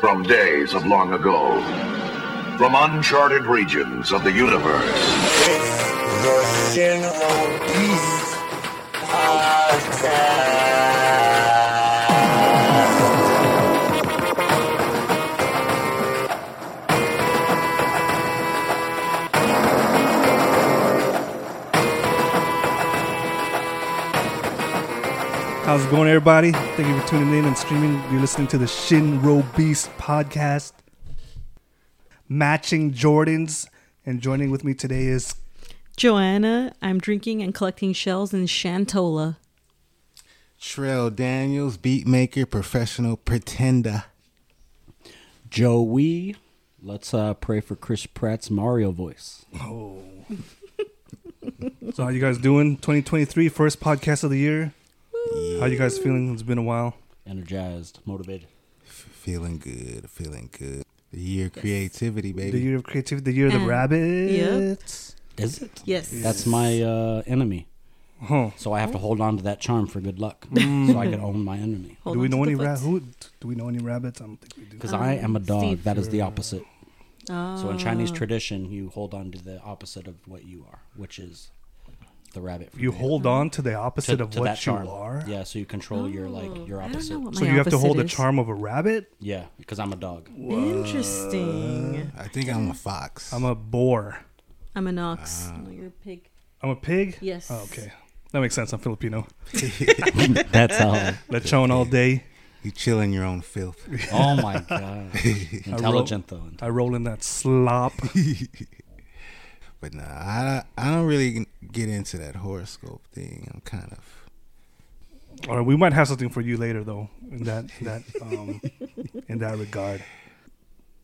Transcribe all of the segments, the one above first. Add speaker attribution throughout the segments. Speaker 1: From days of long ago. From uncharted regions of the universe.
Speaker 2: The General Peace Podcast.
Speaker 3: How's it going, everybody? Thank you for tuning in and streaming. You're listening to the Shinro Beast podcast, matching Jordans. And joining with me today is
Speaker 4: Joanna, I'm drinking and collecting shells in Shantola.
Speaker 5: Trell Daniels, beatmaker, professional pretender.
Speaker 6: Joey. Let's uh, pray for Chris Pratt's Mario voice.
Speaker 3: so. How you guys doing? 2023 first podcast of the year. How you guys feeling? It's been a while.
Speaker 6: Energized, motivated.
Speaker 5: Feeling good, feeling good. The year of creativity,
Speaker 3: The
Speaker 5: baby.
Speaker 3: year of creativity. The year of the
Speaker 4: And-
Speaker 3: rabbits.
Speaker 6: Is it?
Speaker 4: Yes.
Speaker 6: That's my uh, enemy.
Speaker 3: Huh. Mm.
Speaker 6: So I have to hold on to that charm for good luck. so I can own my enemy.
Speaker 4: Hold
Speaker 3: do we
Speaker 4: on to
Speaker 3: know
Speaker 4: the
Speaker 3: any
Speaker 4: foot.
Speaker 3: ra- who Do we know any rabbits? I don't think we do.
Speaker 6: Because I am a dog.
Speaker 4: Steve.
Speaker 6: That is the opposite.
Speaker 4: Oh,
Speaker 6: So in Chinese tradition, you hold on to the opposite of what you are, which is the rabbit. from
Speaker 3: You
Speaker 6: the-
Speaker 3: hold on to the opposite of
Speaker 6: to
Speaker 3: what
Speaker 6: that charm.
Speaker 3: you are.
Speaker 6: Yeah, so you control your like your
Speaker 4: Oh, I don't
Speaker 6: opposite.
Speaker 4: know what
Speaker 3: So
Speaker 4: my
Speaker 3: you have to
Speaker 4: opposite
Speaker 3: hold the
Speaker 4: is.
Speaker 3: charm of a rabbit.
Speaker 6: Yeah, because I'm a dog.
Speaker 4: Interesting.
Speaker 5: I think I'm a fox.
Speaker 3: I'm a boar.
Speaker 4: I'm an ox.
Speaker 3: Ah.
Speaker 4: No, you're a pig.
Speaker 3: I'm a pig.
Speaker 4: Yes.
Speaker 3: Oh, okay, that makes sense. I'm Filipino.
Speaker 6: That's how.
Speaker 3: Lechon all day.
Speaker 5: you chilling your own filth.
Speaker 6: Oh my god. Intelligent though.
Speaker 3: I roll in that slop.
Speaker 5: but nah, I, I don't really get into that horoscope thing. I'm kind of.
Speaker 3: or we might have something for you later, though. In that in that um, in that regard.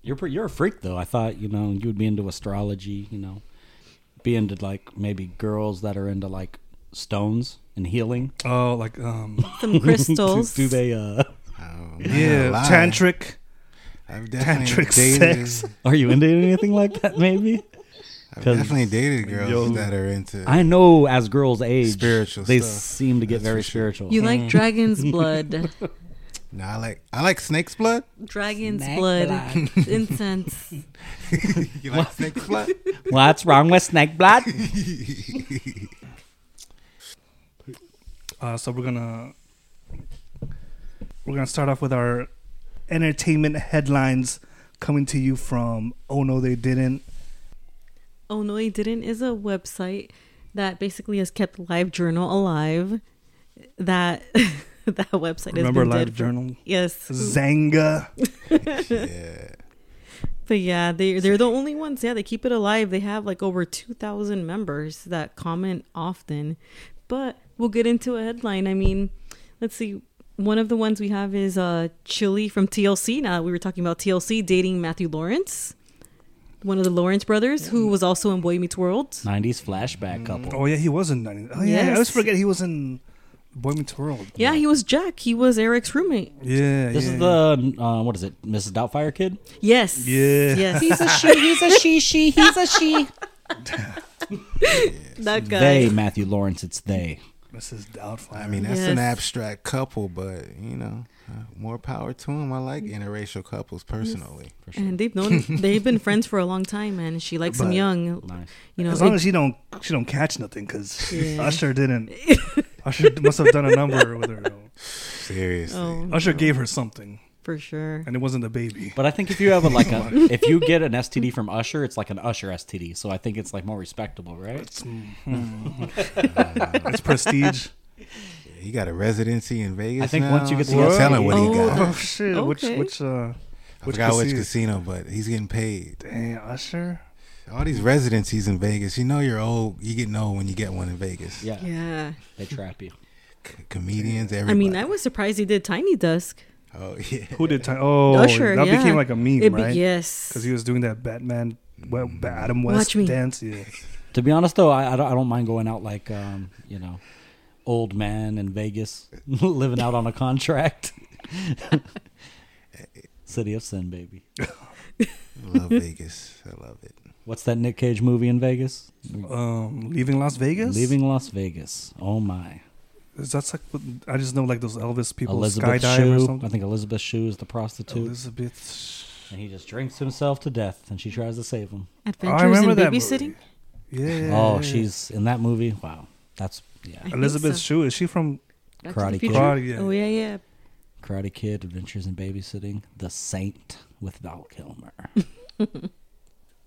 Speaker 6: You're pre- you're a freak though. I thought you know you would be into astrology. You know, be into like maybe girls that are into like stones and healing.
Speaker 3: Oh, like um,
Speaker 4: Some crystals.
Speaker 6: Do, do they? Uh,
Speaker 5: Oh,
Speaker 3: yeah, tantric.
Speaker 5: I've definitely
Speaker 3: tantric
Speaker 5: dated.
Speaker 3: sex.
Speaker 6: are you into anything like that? Maybe.
Speaker 5: I've
Speaker 6: 'Cause-
Speaker 5: definitely dated girls
Speaker 3: Yo.
Speaker 5: that are into.
Speaker 6: I know as girls age,
Speaker 5: Spiritual
Speaker 6: they
Speaker 5: stuff.
Speaker 6: seem to get
Speaker 5: That's
Speaker 6: very
Speaker 5: for sure.
Speaker 6: spiritual.
Speaker 4: you
Speaker 3: Hmm.
Speaker 4: like dragon's blood.
Speaker 5: no, I like I like snake's blood.
Speaker 4: Dragon's
Speaker 6: Snack
Speaker 4: blood.
Speaker 6: blood.
Speaker 4: Incense.
Speaker 5: You like snake's blood?
Speaker 6: Mm. What's wrong with snake blood?
Speaker 3: Uh, so we're gonna we're gonna start off with our entertainment headlines coming to you from Oh No They Didn't.
Speaker 4: Oh no, he didn't is a website that basically has kept Live Journal alive. That that website
Speaker 3: Remember
Speaker 4: has been
Speaker 3: Live
Speaker 4: dead for-
Speaker 3: Journal?
Speaker 4: yes.
Speaker 3: Zanga.
Speaker 5: yeah.
Speaker 4: But yeah, they they're the only ones. Yeah, they keep it alive. They have like over two thousand members that comment often. But we'll get into a headline. I mean, let's see. One of the ones we have is uh Chili from TLC. Now we were talking about TLC dating Matthew Lawrence, one of the Lawrence brothers, who was also in Boy Meets World.
Speaker 6: Nineties flashback couple.
Speaker 3: Oh yeah, he was in. 90. Oh yeah, I always
Speaker 4: Yes.
Speaker 3: forget he was in Boy Meets World.
Speaker 4: Yeah, he was Jack. He was Eric's roommate.
Speaker 3: Yeah,
Speaker 6: This
Speaker 3: yeah,
Speaker 6: is the uh, what is it, Mrs. Doubtfire kid?
Speaker 4: Yes.
Speaker 3: Yeah.
Speaker 4: Yes.
Speaker 7: He's a she. He's a she. She. He's a she.
Speaker 4: that guy.
Speaker 6: They, Matthew Lawrence. It's they.
Speaker 3: Mrs. Doubtfire.
Speaker 5: I mean, that's an
Speaker 4: Yes.
Speaker 5: abstract couple, but you know, uh, more power to them. I like interracial couples personally. For sure.
Speaker 4: And they've known they've been friends for a long time, and she likes him
Speaker 3: But-
Speaker 4: young.
Speaker 6: Nice.
Speaker 4: You know,
Speaker 3: As long
Speaker 4: it-
Speaker 3: as she don't she don't catch nothing, because
Speaker 4: Yeah.
Speaker 3: Usher didn't. Usher must have done a number with her. though.
Speaker 5: Seriously.
Speaker 4: oh,
Speaker 3: Usher gave her something,
Speaker 4: for sure.
Speaker 3: and it wasn't a baby.
Speaker 6: But I think if you have a like a if you get an STD from Usher, it's like an Usher STD. So I think it's like more respectable, right?
Speaker 3: mm-hmm. It's prestige.
Speaker 5: He got a residency in Vegas.
Speaker 6: I think
Speaker 5: now.
Speaker 6: once you get
Speaker 5: There's
Speaker 6: the
Speaker 5: no
Speaker 6: STD.
Speaker 5: telling what he
Speaker 4: Oh.
Speaker 5: got.
Speaker 3: oh shit! Which
Speaker 4: Okay.
Speaker 3: which uh,
Speaker 5: I
Speaker 3: which
Speaker 5: forgot which
Speaker 3: casino-
Speaker 5: casino, but he's getting paid.
Speaker 3: Damn, Usher.
Speaker 5: All these residencies in Vegas. You know, you're old. You getting old when you get one in Vegas.
Speaker 6: Yeah,
Speaker 4: Yeah.
Speaker 6: they trap you.
Speaker 5: C- comedians. Everybody.
Speaker 4: I mean, I was surprised he did Tiny Dusk.
Speaker 5: Oh yeah.
Speaker 3: Who did time? Oh,
Speaker 4: Usher,
Speaker 3: that
Speaker 4: yeah.
Speaker 3: became like a meme,
Speaker 4: It be-
Speaker 3: right?
Speaker 4: yes.
Speaker 3: because he was doing that Batman, well,
Speaker 5: Mm.
Speaker 3: Ba- Adam West
Speaker 4: Watch me.
Speaker 3: dance. Yeah.
Speaker 6: To be honest, though, I, I, don't, I don't mind going out like um, you know, old man in Vegas, living out on a contract. City of Sin, baby.
Speaker 5: I love Vegas. I love it.
Speaker 6: What's that Nick Cage movie in Vegas?
Speaker 3: Um, leaving Las Vegas.
Speaker 6: Leaving Las Vegas. Oh my!
Speaker 3: Is that's like what- I just know like those Elvis people
Speaker 6: Elizabeth
Speaker 3: skydive or
Speaker 6: Shue. I
Speaker 3: something.
Speaker 6: think Elizabeth Shue is the prostitute,
Speaker 3: Elizabeth.
Speaker 6: and he just drinks himself to death, and she tries to save him.
Speaker 4: Adventures in
Speaker 3: oh, remember that
Speaker 4: babysitting.
Speaker 3: movie. Yeah.
Speaker 6: Oh, she's in that movie. Wow, that's yeah.
Speaker 4: think
Speaker 3: Elizabeth
Speaker 4: so.
Speaker 3: Shue. Is she from?
Speaker 4: Back to
Speaker 6: Karate
Speaker 4: the
Speaker 6: Kid.
Speaker 4: Future.
Speaker 3: Karate, yeah.
Speaker 4: Oh yeah, yeah.
Speaker 6: Karate Kid, Adventures in Babysitting, The Saint with Val Kilmer.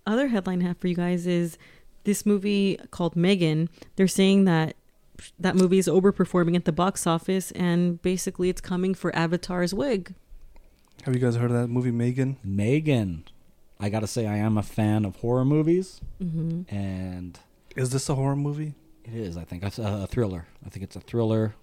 Speaker 4: Other headline I have for you guys is this movie called Megan. They're saying that that movie is overperforming at the box office, and basically it's coming for Avatar's wig.
Speaker 3: Have you guys heard of that movie Megan?
Speaker 6: Megan, I gotta say, I am a fan of horror movies,
Speaker 4: Mm-hmm.
Speaker 6: and
Speaker 3: Is this a horror movie?
Speaker 6: it is. I think it's a, a thriller. I think it's a thriller,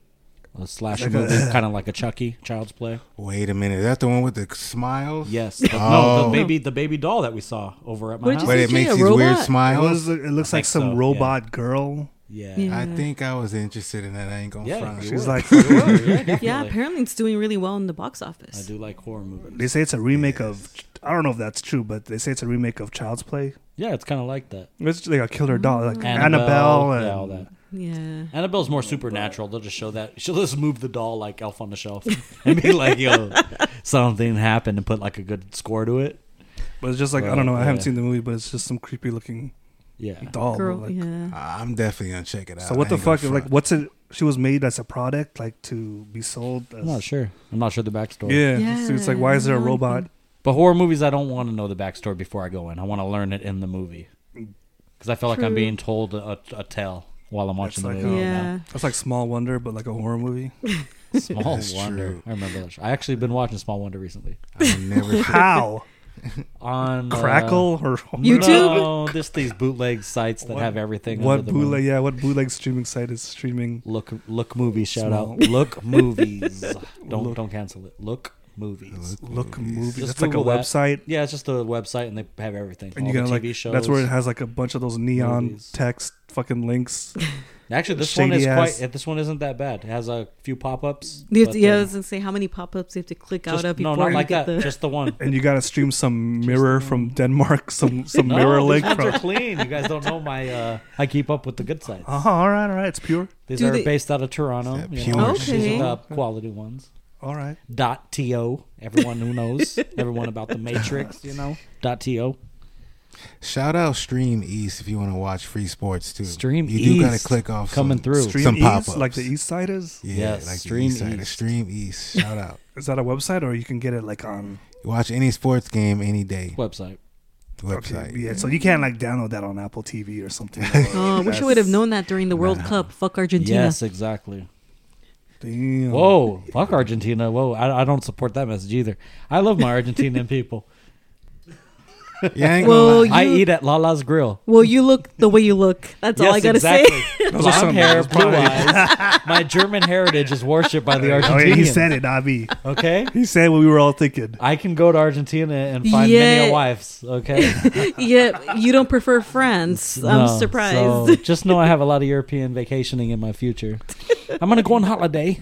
Speaker 6: a slasher
Speaker 3: Like a-
Speaker 6: movie, kind of like a Chucky, Child's Play.
Speaker 5: Wait a minute. Is that the one with the smiles?
Speaker 6: Yes. The, No, the
Speaker 5: Oh.
Speaker 6: baby, the baby doll that we saw over at my
Speaker 4: What did
Speaker 6: house.
Speaker 4: you
Speaker 5: But
Speaker 4: say?
Speaker 5: it makes
Speaker 4: a
Speaker 5: these weird
Speaker 4: robot?
Speaker 3: It,
Speaker 5: smiles.
Speaker 3: was, it looks
Speaker 6: I
Speaker 3: like
Speaker 6: think
Speaker 3: some
Speaker 6: so, yeah.
Speaker 3: robot girl.
Speaker 6: Yeah.
Speaker 4: Yeah.
Speaker 5: I think I was interested in that. I ain't gonna
Speaker 6: Yeah,
Speaker 5: front.
Speaker 6: you
Speaker 3: She's
Speaker 6: were.
Speaker 3: like,
Speaker 4: Yeah,
Speaker 6: Definitely.
Speaker 4: apparently it's doing really well in the box
Speaker 6: I
Speaker 4: office.
Speaker 6: do like horror movies.
Speaker 3: they say it's a remake of. I don't know if that's true, but they say it's a remake of Child's Play.
Speaker 6: Yeah, it's kind of like that.
Speaker 3: It's like a killer doll, like Annabelle,
Speaker 6: Mm. Annabelle,
Speaker 3: and
Speaker 6: yeah, all that.
Speaker 4: Yeah.
Speaker 6: Annabelle's more supernatural. They'll just show that. She'll just move the doll like Elf on the Shelf and be like, "Yo, something happened," and put like a good score to it.
Speaker 3: But it's just like I
Speaker 6: Well,
Speaker 3: don't know. I haven't
Speaker 6: yeah.
Speaker 3: seen the movie, but it's just some creepy looking
Speaker 6: Yeah,
Speaker 3: doll.
Speaker 4: Girl,
Speaker 3: Oh, like-
Speaker 4: yeah.
Speaker 5: I'm definitely gonna check it out.
Speaker 3: So what
Speaker 5: I
Speaker 3: the
Speaker 5: ain't gonna
Speaker 3: fuck? Like,
Speaker 5: front.
Speaker 3: what's it? She was made as a product, like to be sold. As,
Speaker 6: I'm not sure. I'm not sure the backstory.
Speaker 3: Yeah. So it's like, why is there a
Speaker 4: Yeah, I don't know
Speaker 3: robot?
Speaker 4: anything.
Speaker 6: But horror movies, I don't want to know the backstory before I go in. I want to learn it in the movie
Speaker 3: Mm.
Speaker 6: because I feel like I'm
Speaker 4: True.
Speaker 6: being told a, a tale while I'm watching
Speaker 3: like oh,
Speaker 6: the movie.
Speaker 3: a-
Speaker 6: you know?
Speaker 4: Yeah.
Speaker 3: That's like Small Wonder, but like a horror movie.
Speaker 6: Small
Speaker 5: That's
Speaker 6: Wonder.
Speaker 5: true.
Speaker 6: I remember that. Show. I actually been watching Small Wonder recently
Speaker 5: I never.
Speaker 3: How?
Speaker 6: on uh,
Speaker 3: Crackle or
Speaker 4: You- YouTube?
Speaker 6: No, just these bootleg sites that have everything.
Speaker 3: what
Speaker 6: under the moon.
Speaker 3: bootleg? Yeah, what bootleg streaming site is streaming?
Speaker 6: Look, look movies. Shout
Speaker 3: Small.
Speaker 6: out. Look movies. Don't don't cancel it. Look movies.
Speaker 3: Look movies.
Speaker 6: Just
Speaker 3: That's like a
Speaker 6: Google that.
Speaker 3: website,
Speaker 6: Yeah, it's just a website, and they have everything.
Speaker 3: and
Speaker 6: all
Speaker 3: you gotta
Speaker 6: the
Speaker 3: like.
Speaker 6: TV shows.
Speaker 3: That's where it has like a bunch of those neon
Speaker 6: movies.
Speaker 3: text fucking links.
Speaker 6: Actually, this
Speaker 3: shady
Speaker 6: one is
Speaker 3: ass-
Speaker 6: quite. This one isn't that bad. It has a few pop ups.
Speaker 4: You have to, yeah, I was gonna say how many pop ups you have to click out of
Speaker 6: no,
Speaker 4: before
Speaker 6: not
Speaker 4: you
Speaker 6: like
Speaker 4: get
Speaker 6: that.
Speaker 4: the.
Speaker 6: Just the one.
Speaker 3: and you gotta stream some mirror from Denmark, some some
Speaker 6: No,
Speaker 3: mirror
Speaker 6: these
Speaker 3: link
Speaker 6: ones
Speaker 3: from.
Speaker 6: are clean. You guys don't know my. Uh, I keep up with the good sides.
Speaker 3: Uh huh. All right, all right. It's pure.
Speaker 6: These
Speaker 4: Do
Speaker 6: are
Speaker 4: they-
Speaker 6: based out of Toronto.
Speaker 5: That
Speaker 6: you
Speaker 5: pure
Speaker 6: know,
Speaker 4: Okay.
Speaker 6: These are the quality ones.
Speaker 3: All right.
Speaker 6: Dot to everyone who knows everyone about the Matrix. You know. Dot to.
Speaker 5: Shout out Stream East if you want to watch free sports too.
Speaker 6: Stream
Speaker 5: you do gotta
Speaker 6: East
Speaker 5: click off
Speaker 6: coming
Speaker 5: some-
Speaker 6: through.
Speaker 3: Stream
Speaker 5: Some
Speaker 3: East,
Speaker 5: pop-ups.
Speaker 3: like the East Side is.
Speaker 5: Yeah,
Speaker 6: Yes,
Speaker 5: like
Speaker 6: Stream
Speaker 5: Stream East. side.
Speaker 6: East.
Speaker 5: Stream East. Shout out.
Speaker 3: Is that a website, or you can get it like on
Speaker 5: You watch any sports game any day.
Speaker 6: website.
Speaker 5: Website.
Speaker 3: Yeah, so you can't like download that on Apple TV or something.
Speaker 4: oh, I wish I would have known that during the World Cup. Fuck Argentina.
Speaker 6: Yes, exactly.
Speaker 3: Damn.
Speaker 6: Whoa, fuck Argentina. Whoa, I, I don't support that message either. I love my Argentinian people.
Speaker 5: Yeah, I ain't gonna
Speaker 4: Well,
Speaker 5: lie.
Speaker 4: you,
Speaker 6: I eat at Lala's Grill.
Speaker 4: well, you look the way you look. That's all I gotta say.
Speaker 3: Those are some-
Speaker 6: Blonde hair,
Speaker 3: those
Speaker 6: blue
Speaker 3: probably-
Speaker 6: eyes. My German heritage is worshipped by the
Speaker 3: Oh, yeah,
Speaker 6: Argentinians.
Speaker 3: he said it, Abi.
Speaker 6: Okay,
Speaker 3: He said what we were all thinking.
Speaker 6: I can go to Argentina and find many
Speaker 4: Yeah.
Speaker 6: a wives. Okay,
Speaker 4: yeah, you don't prefer France. I'm
Speaker 6: No,
Speaker 4: surprised.
Speaker 6: so just know I have a lot of European vacationing in my future. I'm gonna go on holiday.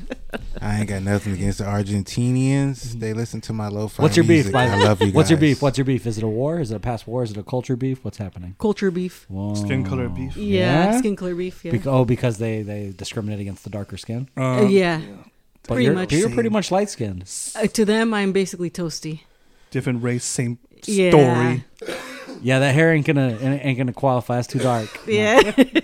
Speaker 5: I ain't got nothing against the Argentinians. They listen to my lo-fi
Speaker 6: What's your beef?
Speaker 5: music. I love you.
Speaker 6: What's your
Speaker 5: guys.
Speaker 6: beef? What's your beef? Is it a war? Is it a past war? Is it a culture beef? What's happening?
Speaker 4: Culture beef.
Speaker 6: Whoa.
Speaker 3: Skin color beef.
Speaker 4: Yeah,
Speaker 6: Yeah?
Speaker 4: skin color beef. Yeah,
Speaker 6: Bec- oh, because they they discriminate against the darker skin.
Speaker 4: Uh, yeah.
Speaker 6: But
Speaker 4: Pretty
Speaker 6: you're,
Speaker 4: much
Speaker 6: you're
Speaker 4: same.
Speaker 6: pretty much light skinned.
Speaker 4: Uh, to them, I'm basically toasty.
Speaker 3: Different race, same
Speaker 4: Yeah.
Speaker 3: story.
Speaker 6: Yeah, that hair ain't gonna ain't ain't gonna qualify. It's too dark.
Speaker 4: Yeah,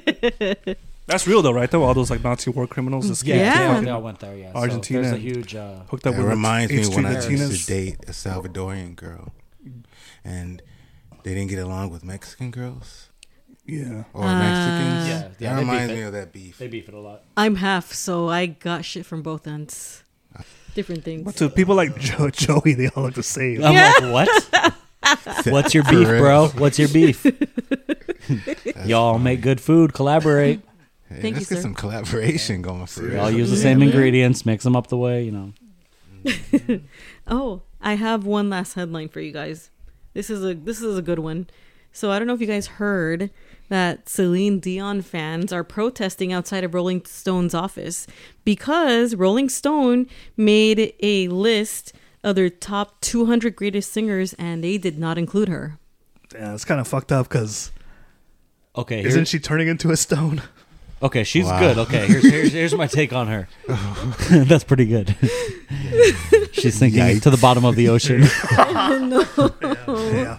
Speaker 3: That's real though, right? Though all those like Nazi war criminals, this
Speaker 6: Yeah,
Speaker 3: yeah.
Speaker 4: Yeah.
Speaker 6: yeah. They, all, they all went there. Yeah, So
Speaker 3: Argentina.
Speaker 6: there's a huge. Uh,
Speaker 3: hooked up
Speaker 5: That
Speaker 3: with
Speaker 5: reminds me
Speaker 3: Eighth
Speaker 5: when
Speaker 3: Street
Speaker 5: I used to
Speaker 3: Latinas.
Speaker 5: date a Salvadorian girl, and they didn't get along with Mexican girls
Speaker 3: Yeah,
Speaker 5: or Mexicans.
Speaker 6: Yeah, yeah, they
Speaker 5: that
Speaker 6: beef
Speaker 5: reminds
Speaker 6: it.
Speaker 5: me of that beef.
Speaker 6: they beef it a lot.
Speaker 4: I'm half, so I got shit from both ends. Different things.
Speaker 3: but to people like Joe, Joey, they all look the same.
Speaker 6: I'm like, what? What's your beef,
Speaker 5: For
Speaker 6: bro? What's your beef? Y'all make good food. Collaborate.
Speaker 5: Hey,
Speaker 4: Thank
Speaker 5: let's
Speaker 4: you,
Speaker 5: get
Speaker 4: sir.
Speaker 5: some collaboration going for
Speaker 6: Y'all
Speaker 5: real.
Speaker 6: use the same ingredients. Mix them up the way you know.
Speaker 4: Oh, I have one last headline for you guys. This is a this is a good one. So I don't know if you guys heard that Celine Dion fans are protesting outside of Rolling Stone's office because Rolling Stone made a list of their top 200 greatest singers and they did not include her.
Speaker 3: Yeah, it's kind of fucked up because
Speaker 6: Okay,
Speaker 3: isn't
Speaker 6: here's,
Speaker 3: she turning into a stone?
Speaker 6: Okay, she's
Speaker 5: Wow.
Speaker 6: good. Okay, here's, here's here's my take on her. That's pretty good. she's sinking to the bottom of the ocean,
Speaker 3: Yeah.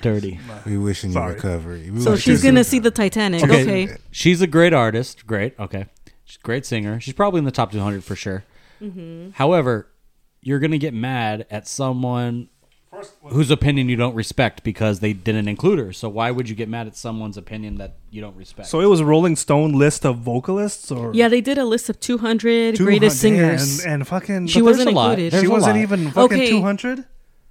Speaker 6: dirty.
Speaker 5: We wishing you
Speaker 3: Sorry.
Speaker 5: recovery. We
Speaker 4: So
Speaker 5: wish
Speaker 4: she's
Speaker 5: you-
Speaker 4: gonna see the Titanic. Okay.
Speaker 6: Okay. She's a great artist. Great. Okay. She's a great singer. She's probably in the top 200 for sure. Mm-hmm. However, you're going to get mad at someone whose opinion you don't respect because they didn't include her. So why would you get mad at someone's opinion that you don't respect?
Speaker 3: So it was a Rolling Stone list of vocalists, or
Speaker 4: Yeah, they did a list of
Speaker 3: 200
Speaker 4: 200, greatest singers.
Speaker 3: and, and fucking.
Speaker 4: she
Speaker 6: But there's
Speaker 4: wasn't
Speaker 6: a lot.
Speaker 4: included.
Speaker 6: There's
Speaker 3: she
Speaker 6: a
Speaker 3: wasn't
Speaker 6: lot.
Speaker 3: even fucking
Speaker 4: Okay.
Speaker 3: two hundred.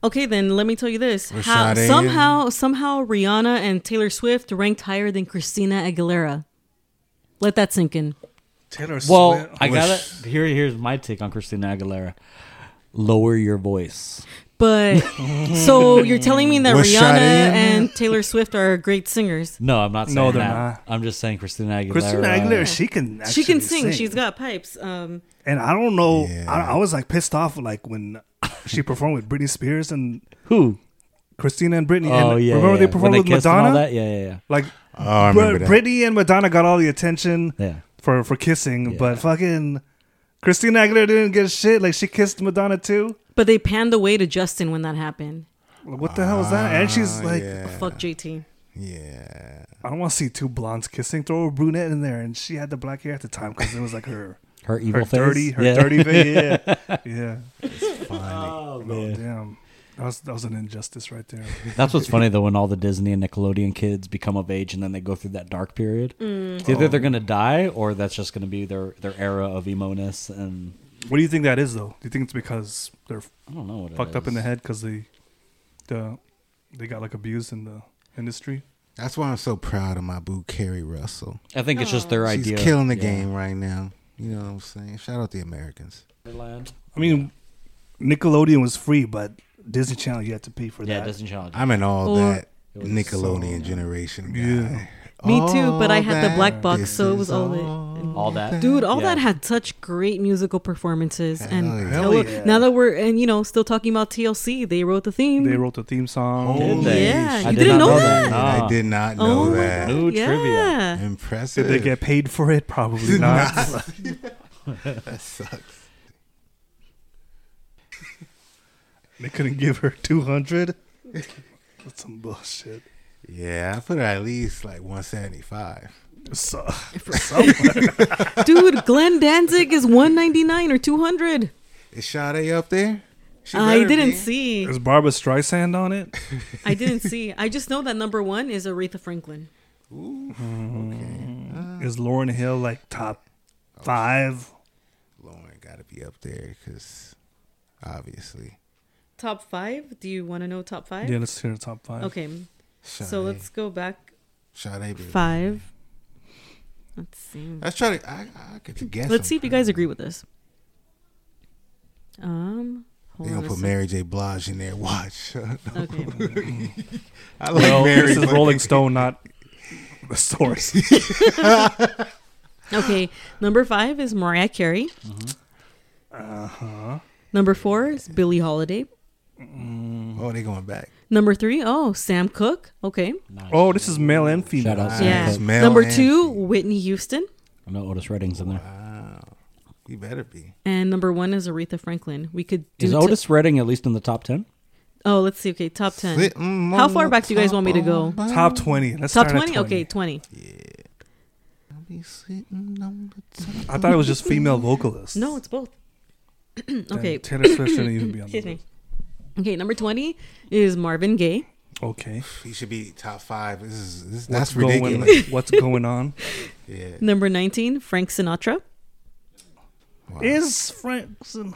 Speaker 4: Okay, then let me tell you this: How,
Speaker 5: Rashad
Speaker 4: somehow, somehow, Rihanna and Taylor Swift ranked higher than Christina Aguilera. Let that sink in.
Speaker 3: Taylor
Speaker 6: well,
Speaker 3: Swift.
Speaker 6: I got to Here, here's my take on Christina Aguilera. Lower your voice.
Speaker 4: But so you're telling me that
Speaker 5: Was Sade
Speaker 4: Rihanna
Speaker 5: in
Speaker 4: and Taylor Swift are great singers?
Speaker 6: No, I'm not saying
Speaker 3: No, they're
Speaker 6: that.
Speaker 3: not.
Speaker 6: I'm just saying Christina Aguilera.
Speaker 3: Christina Aguilera. She can.
Speaker 4: She can
Speaker 3: actually
Speaker 4: sing. She's got pipes. Um,
Speaker 3: And I don't know.
Speaker 5: Yeah.
Speaker 3: I, I was like pissed off like when she performed with Britney Spears and
Speaker 6: Who?
Speaker 3: Christina and Britney.
Speaker 6: Oh,
Speaker 3: and
Speaker 6: yeah.
Speaker 3: Remember they
Speaker 6: yeah. yeah. When
Speaker 3: performed with
Speaker 6: kissed and all
Speaker 3: Madonna.
Speaker 6: that? Yeah, yeah, yeah.
Speaker 3: Like
Speaker 5: Oh, I
Speaker 3: Br-
Speaker 5: remember that.
Speaker 3: Britney and Madonna got all the attention
Speaker 6: Yeah.
Speaker 3: for for kissing,
Speaker 6: Yeah.
Speaker 3: but fucking Christina Aguilera didn't get shit. Like she kissed Madonna too.
Speaker 4: but they panned the way to Justin when that happened.
Speaker 3: What the hell is that? And she's like,
Speaker 5: Ah, Oh, yeah,
Speaker 4: Fuck JT.
Speaker 5: yeah.
Speaker 3: I don't want to see two blondes kissing. Throw a brunette in there, and she had the black hair at the time because it was like her
Speaker 6: Her evil
Speaker 3: her
Speaker 6: face.
Speaker 3: dirty her
Speaker 6: yeah.
Speaker 3: dirty face. Yeah, yeah. Oh,
Speaker 6: Oh, man.
Speaker 3: damn. That was, that was an injustice right there.
Speaker 6: That's what's funny though when all the Disney and Nickelodeon kids become of age and then they go through that dark period. It's
Speaker 3: Oh.
Speaker 6: either they're gonna die or that's just gonna be their their era of emo-ness and
Speaker 3: What do you think that is, though? Do you think it's because they're
Speaker 6: I don't know what it
Speaker 3: fucked up in the
Speaker 6: is.
Speaker 3: head because they, the, they got like abused in the industry?
Speaker 5: That's why I'm so proud of my boo Carrie Russell.
Speaker 6: I think it's just their
Speaker 5: She's
Speaker 6: idea.
Speaker 5: killing the
Speaker 6: Yeah.
Speaker 5: game right now. You know what I'm saying? Shout out the Americans.
Speaker 3: I mean, Nickelodeon was free, but Disney Channel you had to pay for
Speaker 6: Yeah, it
Speaker 3: that.
Speaker 6: doesn't challenge.
Speaker 5: I'm in all
Speaker 4: Or-
Speaker 5: that
Speaker 6: It was
Speaker 5: Nickelodeon generation. Guy.
Speaker 3: Yeah.
Speaker 4: Me too, but I
Speaker 5: All
Speaker 4: had the
Speaker 5: that,
Speaker 4: black box,
Speaker 5: this
Speaker 4: so it was
Speaker 5: is
Speaker 4: all it.
Speaker 6: all that.
Speaker 4: Dude, all
Speaker 6: Yeah.
Speaker 4: that had such great musical performances, and
Speaker 5: Hell yeah.
Speaker 3: Hell
Speaker 4: hella-
Speaker 3: yeah.
Speaker 4: now that we're and you know still talking about TLC, they wrote the theme.
Speaker 3: They wrote the theme song.
Speaker 6: Did
Speaker 5: Holy
Speaker 6: they?
Speaker 4: Yeah,
Speaker 5: shit.
Speaker 4: you I did didn't not know know
Speaker 6: that. that.
Speaker 5: I did not know
Speaker 4: oh my
Speaker 5: that.
Speaker 4: God,
Speaker 6: New
Speaker 4: yeah.
Speaker 6: trivia.
Speaker 5: Impressive.
Speaker 3: Did they get paid for it? Probably not.
Speaker 5: that sucks.
Speaker 3: They couldn't give her two hundred. That's some bullshit.
Speaker 5: Yeah, I put her at least like 175.
Speaker 3: So,
Speaker 4: Dude, Glenn Danzig is one ninety nine or two hundred.
Speaker 5: Is Sade up there? She
Speaker 4: I
Speaker 5: better
Speaker 4: didn't
Speaker 5: be.
Speaker 4: see.
Speaker 3: is Barbara Streisand on it?
Speaker 4: I didn't see. I just know that number one is Aretha Franklin.
Speaker 3: Is Lauren Hill like top five?
Speaker 5: Lauren got to be up there because obviously.
Speaker 4: Top five? Do you want to know top five?
Speaker 3: Yeah, let's hear the top five.
Speaker 4: Okay,
Speaker 5: Sade,
Speaker 4: so let's go back
Speaker 5: Sade be-
Speaker 4: five. Let's see.
Speaker 5: Let's try to. I, I could guess.
Speaker 4: Let's see if you guys
Speaker 5: agree.
Speaker 4: agree with this. Um, hold
Speaker 5: They
Speaker 4: on
Speaker 5: gonna
Speaker 4: a
Speaker 5: put
Speaker 4: sec.
Speaker 5: Mary J. Blige in there. Watch.
Speaker 4: Okay.
Speaker 5: I like
Speaker 3: No,
Speaker 5: Mary.
Speaker 3: this is
Speaker 5: but-
Speaker 3: Rolling Stone, not the source.
Speaker 4: Okay, number five is Mariah Carey. Uh huh.
Speaker 5: Mm-hmm. Uh-huh.
Speaker 4: Number four is Billie Holiday.
Speaker 5: Oh, they going back.
Speaker 4: Number three, oh, Sam Cooke. Okay.
Speaker 3: oh, this is male and female.
Speaker 6: Shout out.
Speaker 4: yeah.
Speaker 5: Nice. Male
Speaker 4: Number
Speaker 5: and
Speaker 4: two,
Speaker 5: female.
Speaker 4: Whitney Houston.
Speaker 6: I know Otis Redding's in there.
Speaker 5: You better be.
Speaker 4: And number one is Aretha Franklin. We could do.
Speaker 6: Is
Speaker 4: t-
Speaker 6: Otis Redding at least in the top ten?
Speaker 4: oh, let's see. Okay, top 10.
Speaker 5: Sit mm, on
Speaker 4: How far
Speaker 5: the
Speaker 4: back do you guys want me to
Speaker 5: top
Speaker 4: go?
Speaker 5: of my
Speaker 3: Top twenty. Let's
Speaker 4: Top
Speaker 3: start at
Speaker 4: 20? Okay, 20.
Speaker 5: be sitting on the top.
Speaker 3: I thought it was just female vocalists.
Speaker 4: No, it's both.
Speaker 3: Then
Speaker 4: okay.
Speaker 3: Taylor Swift shouldn't even be on the
Speaker 4: Excuse me.
Speaker 3: list.
Speaker 4: Okay, number 20 is Marvin Gaye.
Speaker 3: Okay.
Speaker 5: He should be top five. This is this,
Speaker 3: What's
Speaker 5: that's
Speaker 3: going,
Speaker 5: ridiculous.
Speaker 3: What's going on?
Speaker 5: Yeah.
Speaker 4: Number 19, Frank Sinatra.
Speaker 3: Is Frank Sin-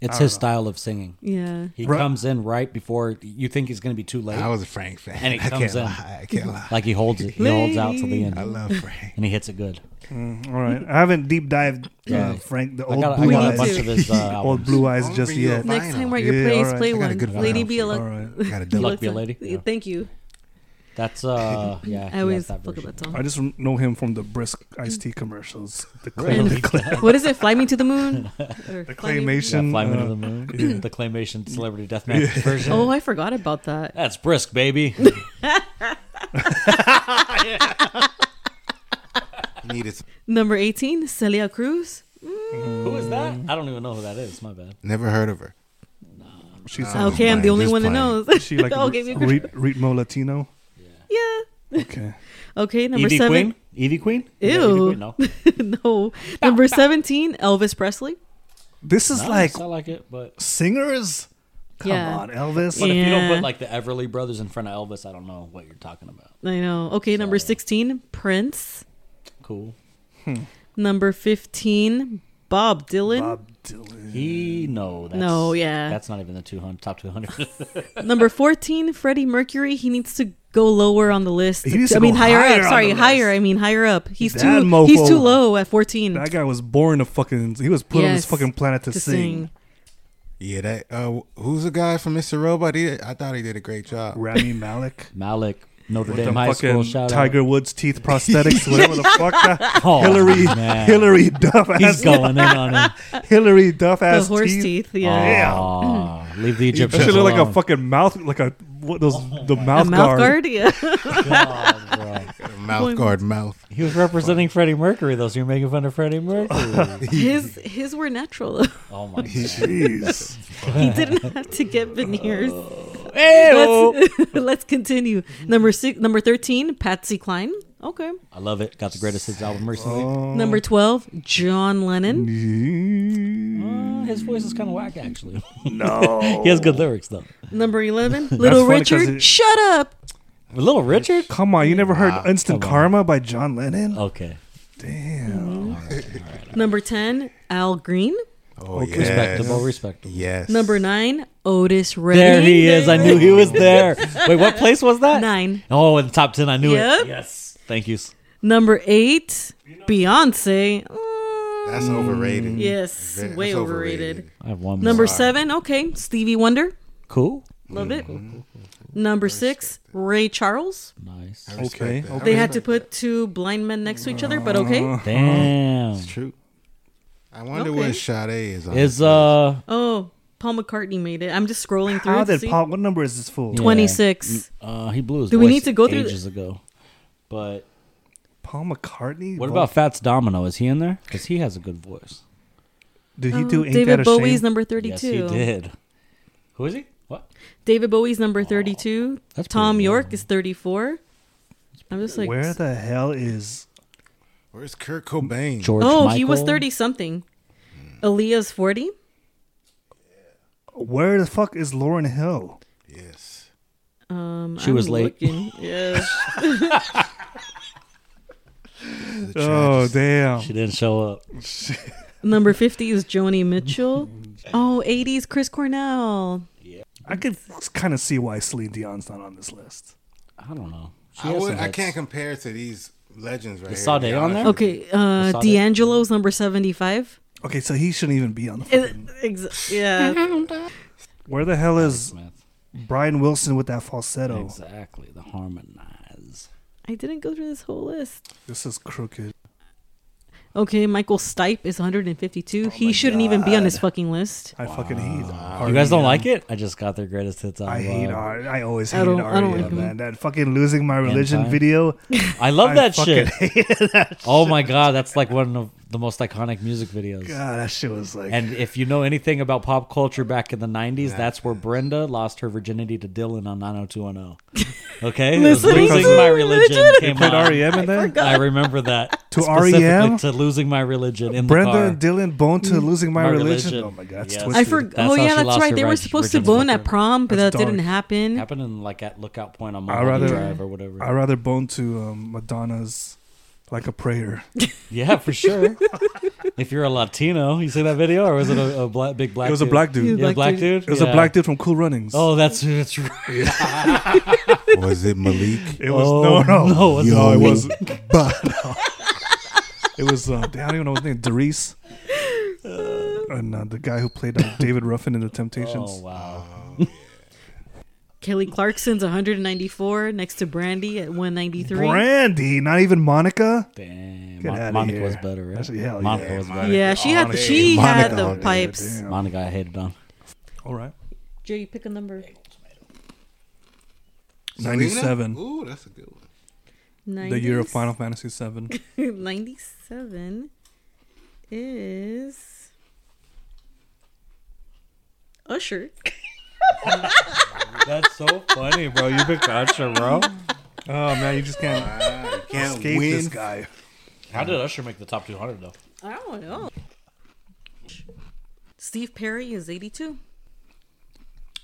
Speaker 6: It's his style of singing.
Speaker 4: Yeah.
Speaker 6: He
Speaker 3: Right.
Speaker 6: comes in right before you think he's gonna be too late.
Speaker 5: I was a Frank fan.
Speaker 6: And it
Speaker 5: I
Speaker 6: comes
Speaker 5: can't
Speaker 6: in.
Speaker 5: lie. I can't lie.
Speaker 6: Like he holds it. He holds out till the
Speaker 5: I
Speaker 6: end.
Speaker 5: love Frank.
Speaker 6: And he hits it good.
Speaker 3: All right, I haven't deep dived
Speaker 6: Yeah.
Speaker 3: uh, Frank the
Speaker 6: I
Speaker 3: old
Speaker 6: got, I
Speaker 3: blue
Speaker 6: got a
Speaker 3: eyes.
Speaker 6: bunch of his uh,
Speaker 3: old
Speaker 6: albums.
Speaker 3: blue eyes
Speaker 5: I'll
Speaker 3: just
Speaker 5: bring you a
Speaker 3: yet.
Speaker 5: box.
Speaker 4: Next
Speaker 5: Final.
Speaker 4: time we're at your
Speaker 3: Yeah,
Speaker 4: place,
Speaker 3: alright.
Speaker 4: play
Speaker 3: I
Speaker 5: got a
Speaker 4: one.
Speaker 5: good
Speaker 4: Lady
Speaker 5: final
Speaker 4: be
Speaker 5: for
Speaker 4: a
Speaker 5: you.
Speaker 4: luck.
Speaker 3: All right.
Speaker 5: Got a double.
Speaker 6: Luck be a lady, yeah.
Speaker 4: Thank you.
Speaker 6: That's uh yeah.
Speaker 4: I always fuck up that song.
Speaker 3: I just know him from the brisk iced tea commercials, the, clay,
Speaker 4: Really?
Speaker 3: the, clay,
Speaker 4: what is it? Fly me to the moon. Or
Speaker 3: the
Speaker 4: Fly Me-
Speaker 6: Yeah,
Speaker 3: claymation.
Speaker 6: Fly Me to
Speaker 3: uh,
Speaker 6: the Moon, the claymation celebrity deathmatch version.
Speaker 4: Oh, I forgot about that.
Speaker 6: That's brisk, baby.
Speaker 5: Needed. s-
Speaker 4: Number 18, Celia Cruz.
Speaker 6: Who is that? I don't even know who that is. My bad.
Speaker 5: Never heard of her.
Speaker 3: She's
Speaker 5: I was
Speaker 4: Oh, okay, I'm the
Speaker 5: playing,
Speaker 4: only
Speaker 5: just
Speaker 4: one that
Speaker 5: playing.
Speaker 4: knows.
Speaker 3: she like
Speaker 4: okay, we-
Speaker 3: Rit- Ritmo Latino.
Speaker 4: yeah.
Speaker 3: Okay,
Speaker 4: Okay, number
Speaker 6: Evie
Speaker 4: seven.
Speaker 6: Queen? Evie Queen?
Speaker 4: Ew.
Speaker 6: Is that Evie Queen? No.
Speaker 4: no. Number 17, Elvis Presley.
Speaker 3: this is
Speaker 6: No,
Speaker 3: like
Speaker 6: I like it, but
Speaker 3: singers. Come
Speaker 4: Yeah.
Speaker 3: on, Elvis.
Speaker 6: But if you don't
Speaker 4: Yeah.
Speaker 6: put like the Everly Brothers in front of Elvis, I don't know what you're talking about.
Speaker 4: I know. Okay, number 16, Prince.
Speaker 6: Cool.
Speaker 4: Number 15, Bob Dylan.
Speaker 3: Bob Dylan.
Speaker 6: He no. That's,
Speaker 4: No, yeah.
Speaker 6: That's not even the 200 top 200.
Speaker 4: Number 14, Freddie Mercury. He needs to go lower on the list.
Speaker 3: He needs
Speaker 4: I
Speaker 3: to
Speaker 4: mean
Speaker 3: go
Speaker 4: higher,
Speaker 3: higher
Speaker 4: up.
Speaker 3: on
Speaker 4: Sorry,
Speaker 3: the
Speaker 4: higher.
Speaker 3: list.
Speaker 4: I mean higher up. He's
Speaker 3: That
Speaker 4: too
Speaker 3: mofo.
Speaker 4: he's too low at 14.
Speaker 3: That guy was born to fucking. He was put on this
Speaker 4: Yes,
Speaker 3: fucking planet to, sing.
Speaker 5: Yeah, that. Uh, who's the guy from Mr. Robot? He, I thought he did a great job.
Speaker 3: Rami Malik.
Speaker 6: Malik Notre
Speaker 3: With
Speaker 6: Dame
Speaker 3: them
Speaker 6: High School.
Speaker 3: fucking
Speaker 6: Shout
Speaker 3: Tiger Woods teeth prosthetics, whatever the fuck. That,
Speaker 6: out. Oh,
Speaker 3: Hillary,
Speaker 6: man.
Speaker 3: Hillary Duff
Speaker 6: He's
Speaker 3: ass,
Speaker 6: going in on him.
Speaker 3: Hillary Duff
Speaker 4: The
Speaker 3: ass
Speaker 4: horse
Speaker 3: teeth.
Speaker 4: teeth. yeah.
Speaker 6: Aw, leave the
Speaker 3: That
Speaker 6: Egyptians
Speaker 3: should look like
Speaker 6: alone. Oh
Speaker 3: a fucking mouth, like a what those the
Speaker 4: A
Speaker 3: Oh, mouth,
Speaker 4: mouth
Speaker 3: guard.
Speaker 4: guard. Yeah.
Speaker 5: Mouth guard, mouth.
Speaker 6: He was representing Freddie Mercury, though, so you're making fun of Freddie Mercury.
Speaker 4: his his were natural.
Speaker 6: oh my god.
Speaker 3: Jeez,
Speaker 4: he didn't have to get veneers.
Speaker 6: Ayo.
Speaker 4: Let's, let's continue. Number six, number thirteen, Patsy Cline. Okay.
Speaker 6: I love it. Got the greatest hits album recently.
Speaker 4: Number twelve, John Lennon.
Speaker 6: Uh, his voice is kind of whack, actually.
Speaker 3: no.
Speaker 6: he has good lyrics, though.
Speaker 4: Number eleven, Little
Speaker 3: funny 'cause
Speaker 4: Richard.
Speaker 3: it-
Speaker 4: Shut up.
Speaker 6: Little Richard?
Speaker 3: Come on, you never heard "Instant
Speaker 6: come on. Oh.
Speaker 3: Karma" by John Lennon?
Speaker 6: Okay.
Speaker 4: Number ten, Al Green.
Speaker 5: Oh,
Speaker 3: Okay.
Speaker 6: Respectable,
Speaker 5: yes.
Speaker 6: respectable.
Speaker 5: Yes.
Speaker 4: Number nine, Otis Redding.
Speaker 6: There he is. I knew he was there. Wait, what place was that?
Speaker 4: Nine.
Speaker 6: Oh, in the top 10, I knew
Speaker 4: Yep.
Speaker 6: it. Yes. Thank you.
Speaker 4: Number eight, Beyonce. Mm,
Speaker 5: That's overrated.
Speaker 4: yes,
Speaker 5: That's
Speaker 4: way overrated.
Speaker 6: I have one
Speaker 4: Number
Speaker 6: more.
Speaker 4: seven, okay, Stevie Wonder.
Speaker 6: Cool.
Speaker 4: Love it. Number six, Ray Charles.
Speaker 6: Nice.
Speaker 3: Okay,
Speaker 5: Respect that.
Speaker 3: okay.
Speaker 4: They had to put two blind men next to each other, but okay.
Speaker 6: Damn.
Speaker 5: True. I wonder
Speaker 4: Okay.
Speaker 5: what Sade is on.
Speaker 6: Is, uh,
Speaker 4: Oh, Paul McCartney made it. I'm just scrolling through.
Speaker 3: How
Speaker 4: to
Speaker 3: did
Speaker 4: see.
Speaker 3: Paul? What number is this fool?
Speaker 6: Yeah.
Speaker 4: 26.
Speaker 6: uh, he blew his
Speaker 4: Do we
Speaker 6: voice
Speaker 4: need to go through
Speaker 6: ages ago. But
Speaker 3: Paul McCartney.
Speaker 6: what
Speaker 3: Vo-
Speaker 6: about Fats Domino? Is he in there? Because he has a good voice.
Speaker 3: did he do
Speaker 4: Oh,
Speaker 3: Ain't That
Speaker 4: David
Speaker 3: a
Speaker 4: Bowie's
Speaker 3: Shame?
Speaker 4: number
Speaker 6: Yes,
Speaker 4: 32.
Speaker 6: he did. Who is he? What?
Speaker 4: David Bowie's number 32.
Speaker 6: that's
Speaker 4: Tom
Speaker 6: pretty low.
Speaker 4: York is 34. I'm just like,
Speaker 3: Where the hell is?
Speaker 5: Where's Kurt Cobain?
Speaker 6: George
Speaker 4: oh, he was
Speaker 6: Michael?
Speaker 4: 30 something. Aaliyah's 40.
Speaker 3: Where the fuck is Lauren Hill?
Speaker 5: Yes.
Speaker 4: Um,
Speaker 6: She was late.
Speaker 4: looking. Yeah.
Speaker 5: The
Speaker 3: Oh
Speaker 5: tragedy.
Speaker 3: damn!
Speaker 6: She didn't show up.
Speaker 4: number 50 is Joni Mitchell. Oh, 80s Chris Cornell.
Speaker 3: I could kind of see why Celine Dion's not on this list.
Speaker 6: I don't know. She
Speaker 5: I,
Speaker 6: has
Speaker 5: would,
Speaker 6: some
Speaker 5: I
Speaker 6: hits.
Speaker 5: can't compare it to these legends right
Speaker 6: Is
Speaker 5: here.
Speaker 6: Sade
Speaker 5: to be
Speaker 6: on
Speaker 5: honest
Speaker 6: there?
Speaker 5: with you.
Speaker 4: Okay, uh,
Speaker 6: Solid.
Speaker 4: D'Angelo's number 75.
Speaker 3: Okay, so he shouldn't even be on the.
Speaker 4: Is-
Speaker 3: Fucking,
Speaker 4: ex- yeah.
Speaker 3: where the hell is
Speaker 6: Smith.
Speaker 3: Brian Wilson with that falsetto?
Speaker 6: Exactly. The harmonize.
Speaker 4: I didn't go through this whole list.
Speaker 3: This is crooked.
Speaker 4: Okay, Michael Stipe is 152.
Speaker 3: Oh
Speaker 4: he shouldn't even be on this fucking list.
Speaker 3: I fucking hate.
Speaker 6: You guys don't like it? I just got their greatest hits uh, on.
Speaker 3: I hate R. I always hated
Speaker 4: don't-
Speaker 3: R.
Speaker 4: I don't like
Speaker 3: man. That fucking losing my religion
Speaker 6: Hentai.
Speaker 3: video.
Speaker 6: I love
Speaker 3: I
Speaker 6: that
Speaker 3: fucking
Speaker 6: shit. oh my god, that's like one of the most iconic music videos.
Speaker 3: God, that shit was like.
Speaker 6: And if you know anything about pop culture back in the '90s, that's where Brenda lost her virginity to Dylan on 90210. Okay, It was
Speaker 4: Listening
Speaker 6: losing
Speaker 4: to
Speaker 6: my religion
Speaker 4: Religion.
Speaker 6: came
Speaker 3: put
Speaker 6: on.
Speaker 3: REM E in there.
Speaker 6: I remember that
Speaker 3: To
Speaker 6: specifically
Speaker 3: R.E.M.?
Speaker 6: to losing my religion in
Speaker 3: Brenda
Speaker 6: the car.
Speaker 3: and Dylan bone to losing my,
Speaker 6: My
Speaker 3: religion.
Speaker 6: Religion.
Speaker 3: Oh my god, it's
Speaker 6: Yes.
Speaker 3: twisted.
Speaker 4: I forgot.
Speaker 6: That's
Speaker 4: Oh,
Speaker 6: how
Speaker 4: yeah,
Speaker 6: she
Speaker 4: that's
Speaker 6: lost
Speaker 4: right.
Speaker 6: her
Speaker 4: They were
Speaker 6: reg-
Speaker 4: supposed to
Speaker 6: virgin's
Speaker 4: bone at
Speaker 6: fucking-
Speaker 4: prom, but
Speaker 3: That's
Speaker 4: that didn't
Speaker 3: dark.
Speaker 4: happen.
Speaker 6: happened in like at Lookout Point on
Speaker 3: I'd
Speaker 6: Mulholland
Speaker 3: rather-
Speaker 6: Drive or whatever.
Speaker 3: I rather bone to um, Madonna's like a prayer.
Speaker 6: Yeah, for sure. if you're a Latino, you see that video, or was it a, a black, big
Speaker 3: It
Speaker 6: black?
Speaker 3: was a
Speaker 6: dude?
Speaker 3: black dude.
Speaker 6: Yeah, black,
Speaker 4: Black
Speaker 6: dude.
Speaker 4: dude.
Speaker 3: It was
Speaker 6: Yeah.
Speaker 3: a black dude from Cool Runnings.
Speaker 6: Oh, that's that's right.
Speaker 5: Was it Malik?
Speaker 3: it was
Speaker 6: oh,
Speaker 3: no, no,
Speaker 6: no, it's
Speaker 3: no,
Speaker 6: not.
Speaker 3: it wasn't. But no. it was. Uh, damn, I don't even know his name. Darius. and uh, the guy who played uh, David Ruffin in The Temptations.
Speaker 6: Oh wow.
Speaker 4: Kelly Clarkson's 194 next to Brandy at 193.
Speaker 3: Brandy, not even Monica.
Speaker 6: Damn.
Speaker 3: Get
Speaker 6: Mon-
Speaker 3: outta
Speaker 6: Monica
Speaker 3: here.
Speaker 6: was better. Right?
Speaker 3: Actually, hell
Speaker 6: Monica
Speaker 3: yeah.
Speaker 6: was better.
Speaker 4: yeah, she had she
Speaker 5: Monica
Speaker 4: had the
Speaker 5: on it.
Speaker 4: pipes.
Speaker 3: Oh, Damn.
Speaker 6: Monica, I hated on.
Speaker 3: All right.
Speaker 4: Jerry, pick a number.
Speaker 5: Selena?
Speaker 3: 97.
Speaker 5: Ooh, that's a good one.
Speaker 3: the year of Final Fantasy VII.
Speaker 4: 97 is Usher.
Speaker 6: That's so funny, bro. You picked Usher, bro.
Speaker 3: Oh man, you just can't
Speaker 5: Can't
Speaker 3: escape
Speaker 5: win.
Speaker 3: this guy.
Speaker 6: How did Usher make the top 200 though?
Speaker 4: I don't know. Steve Perry is 82.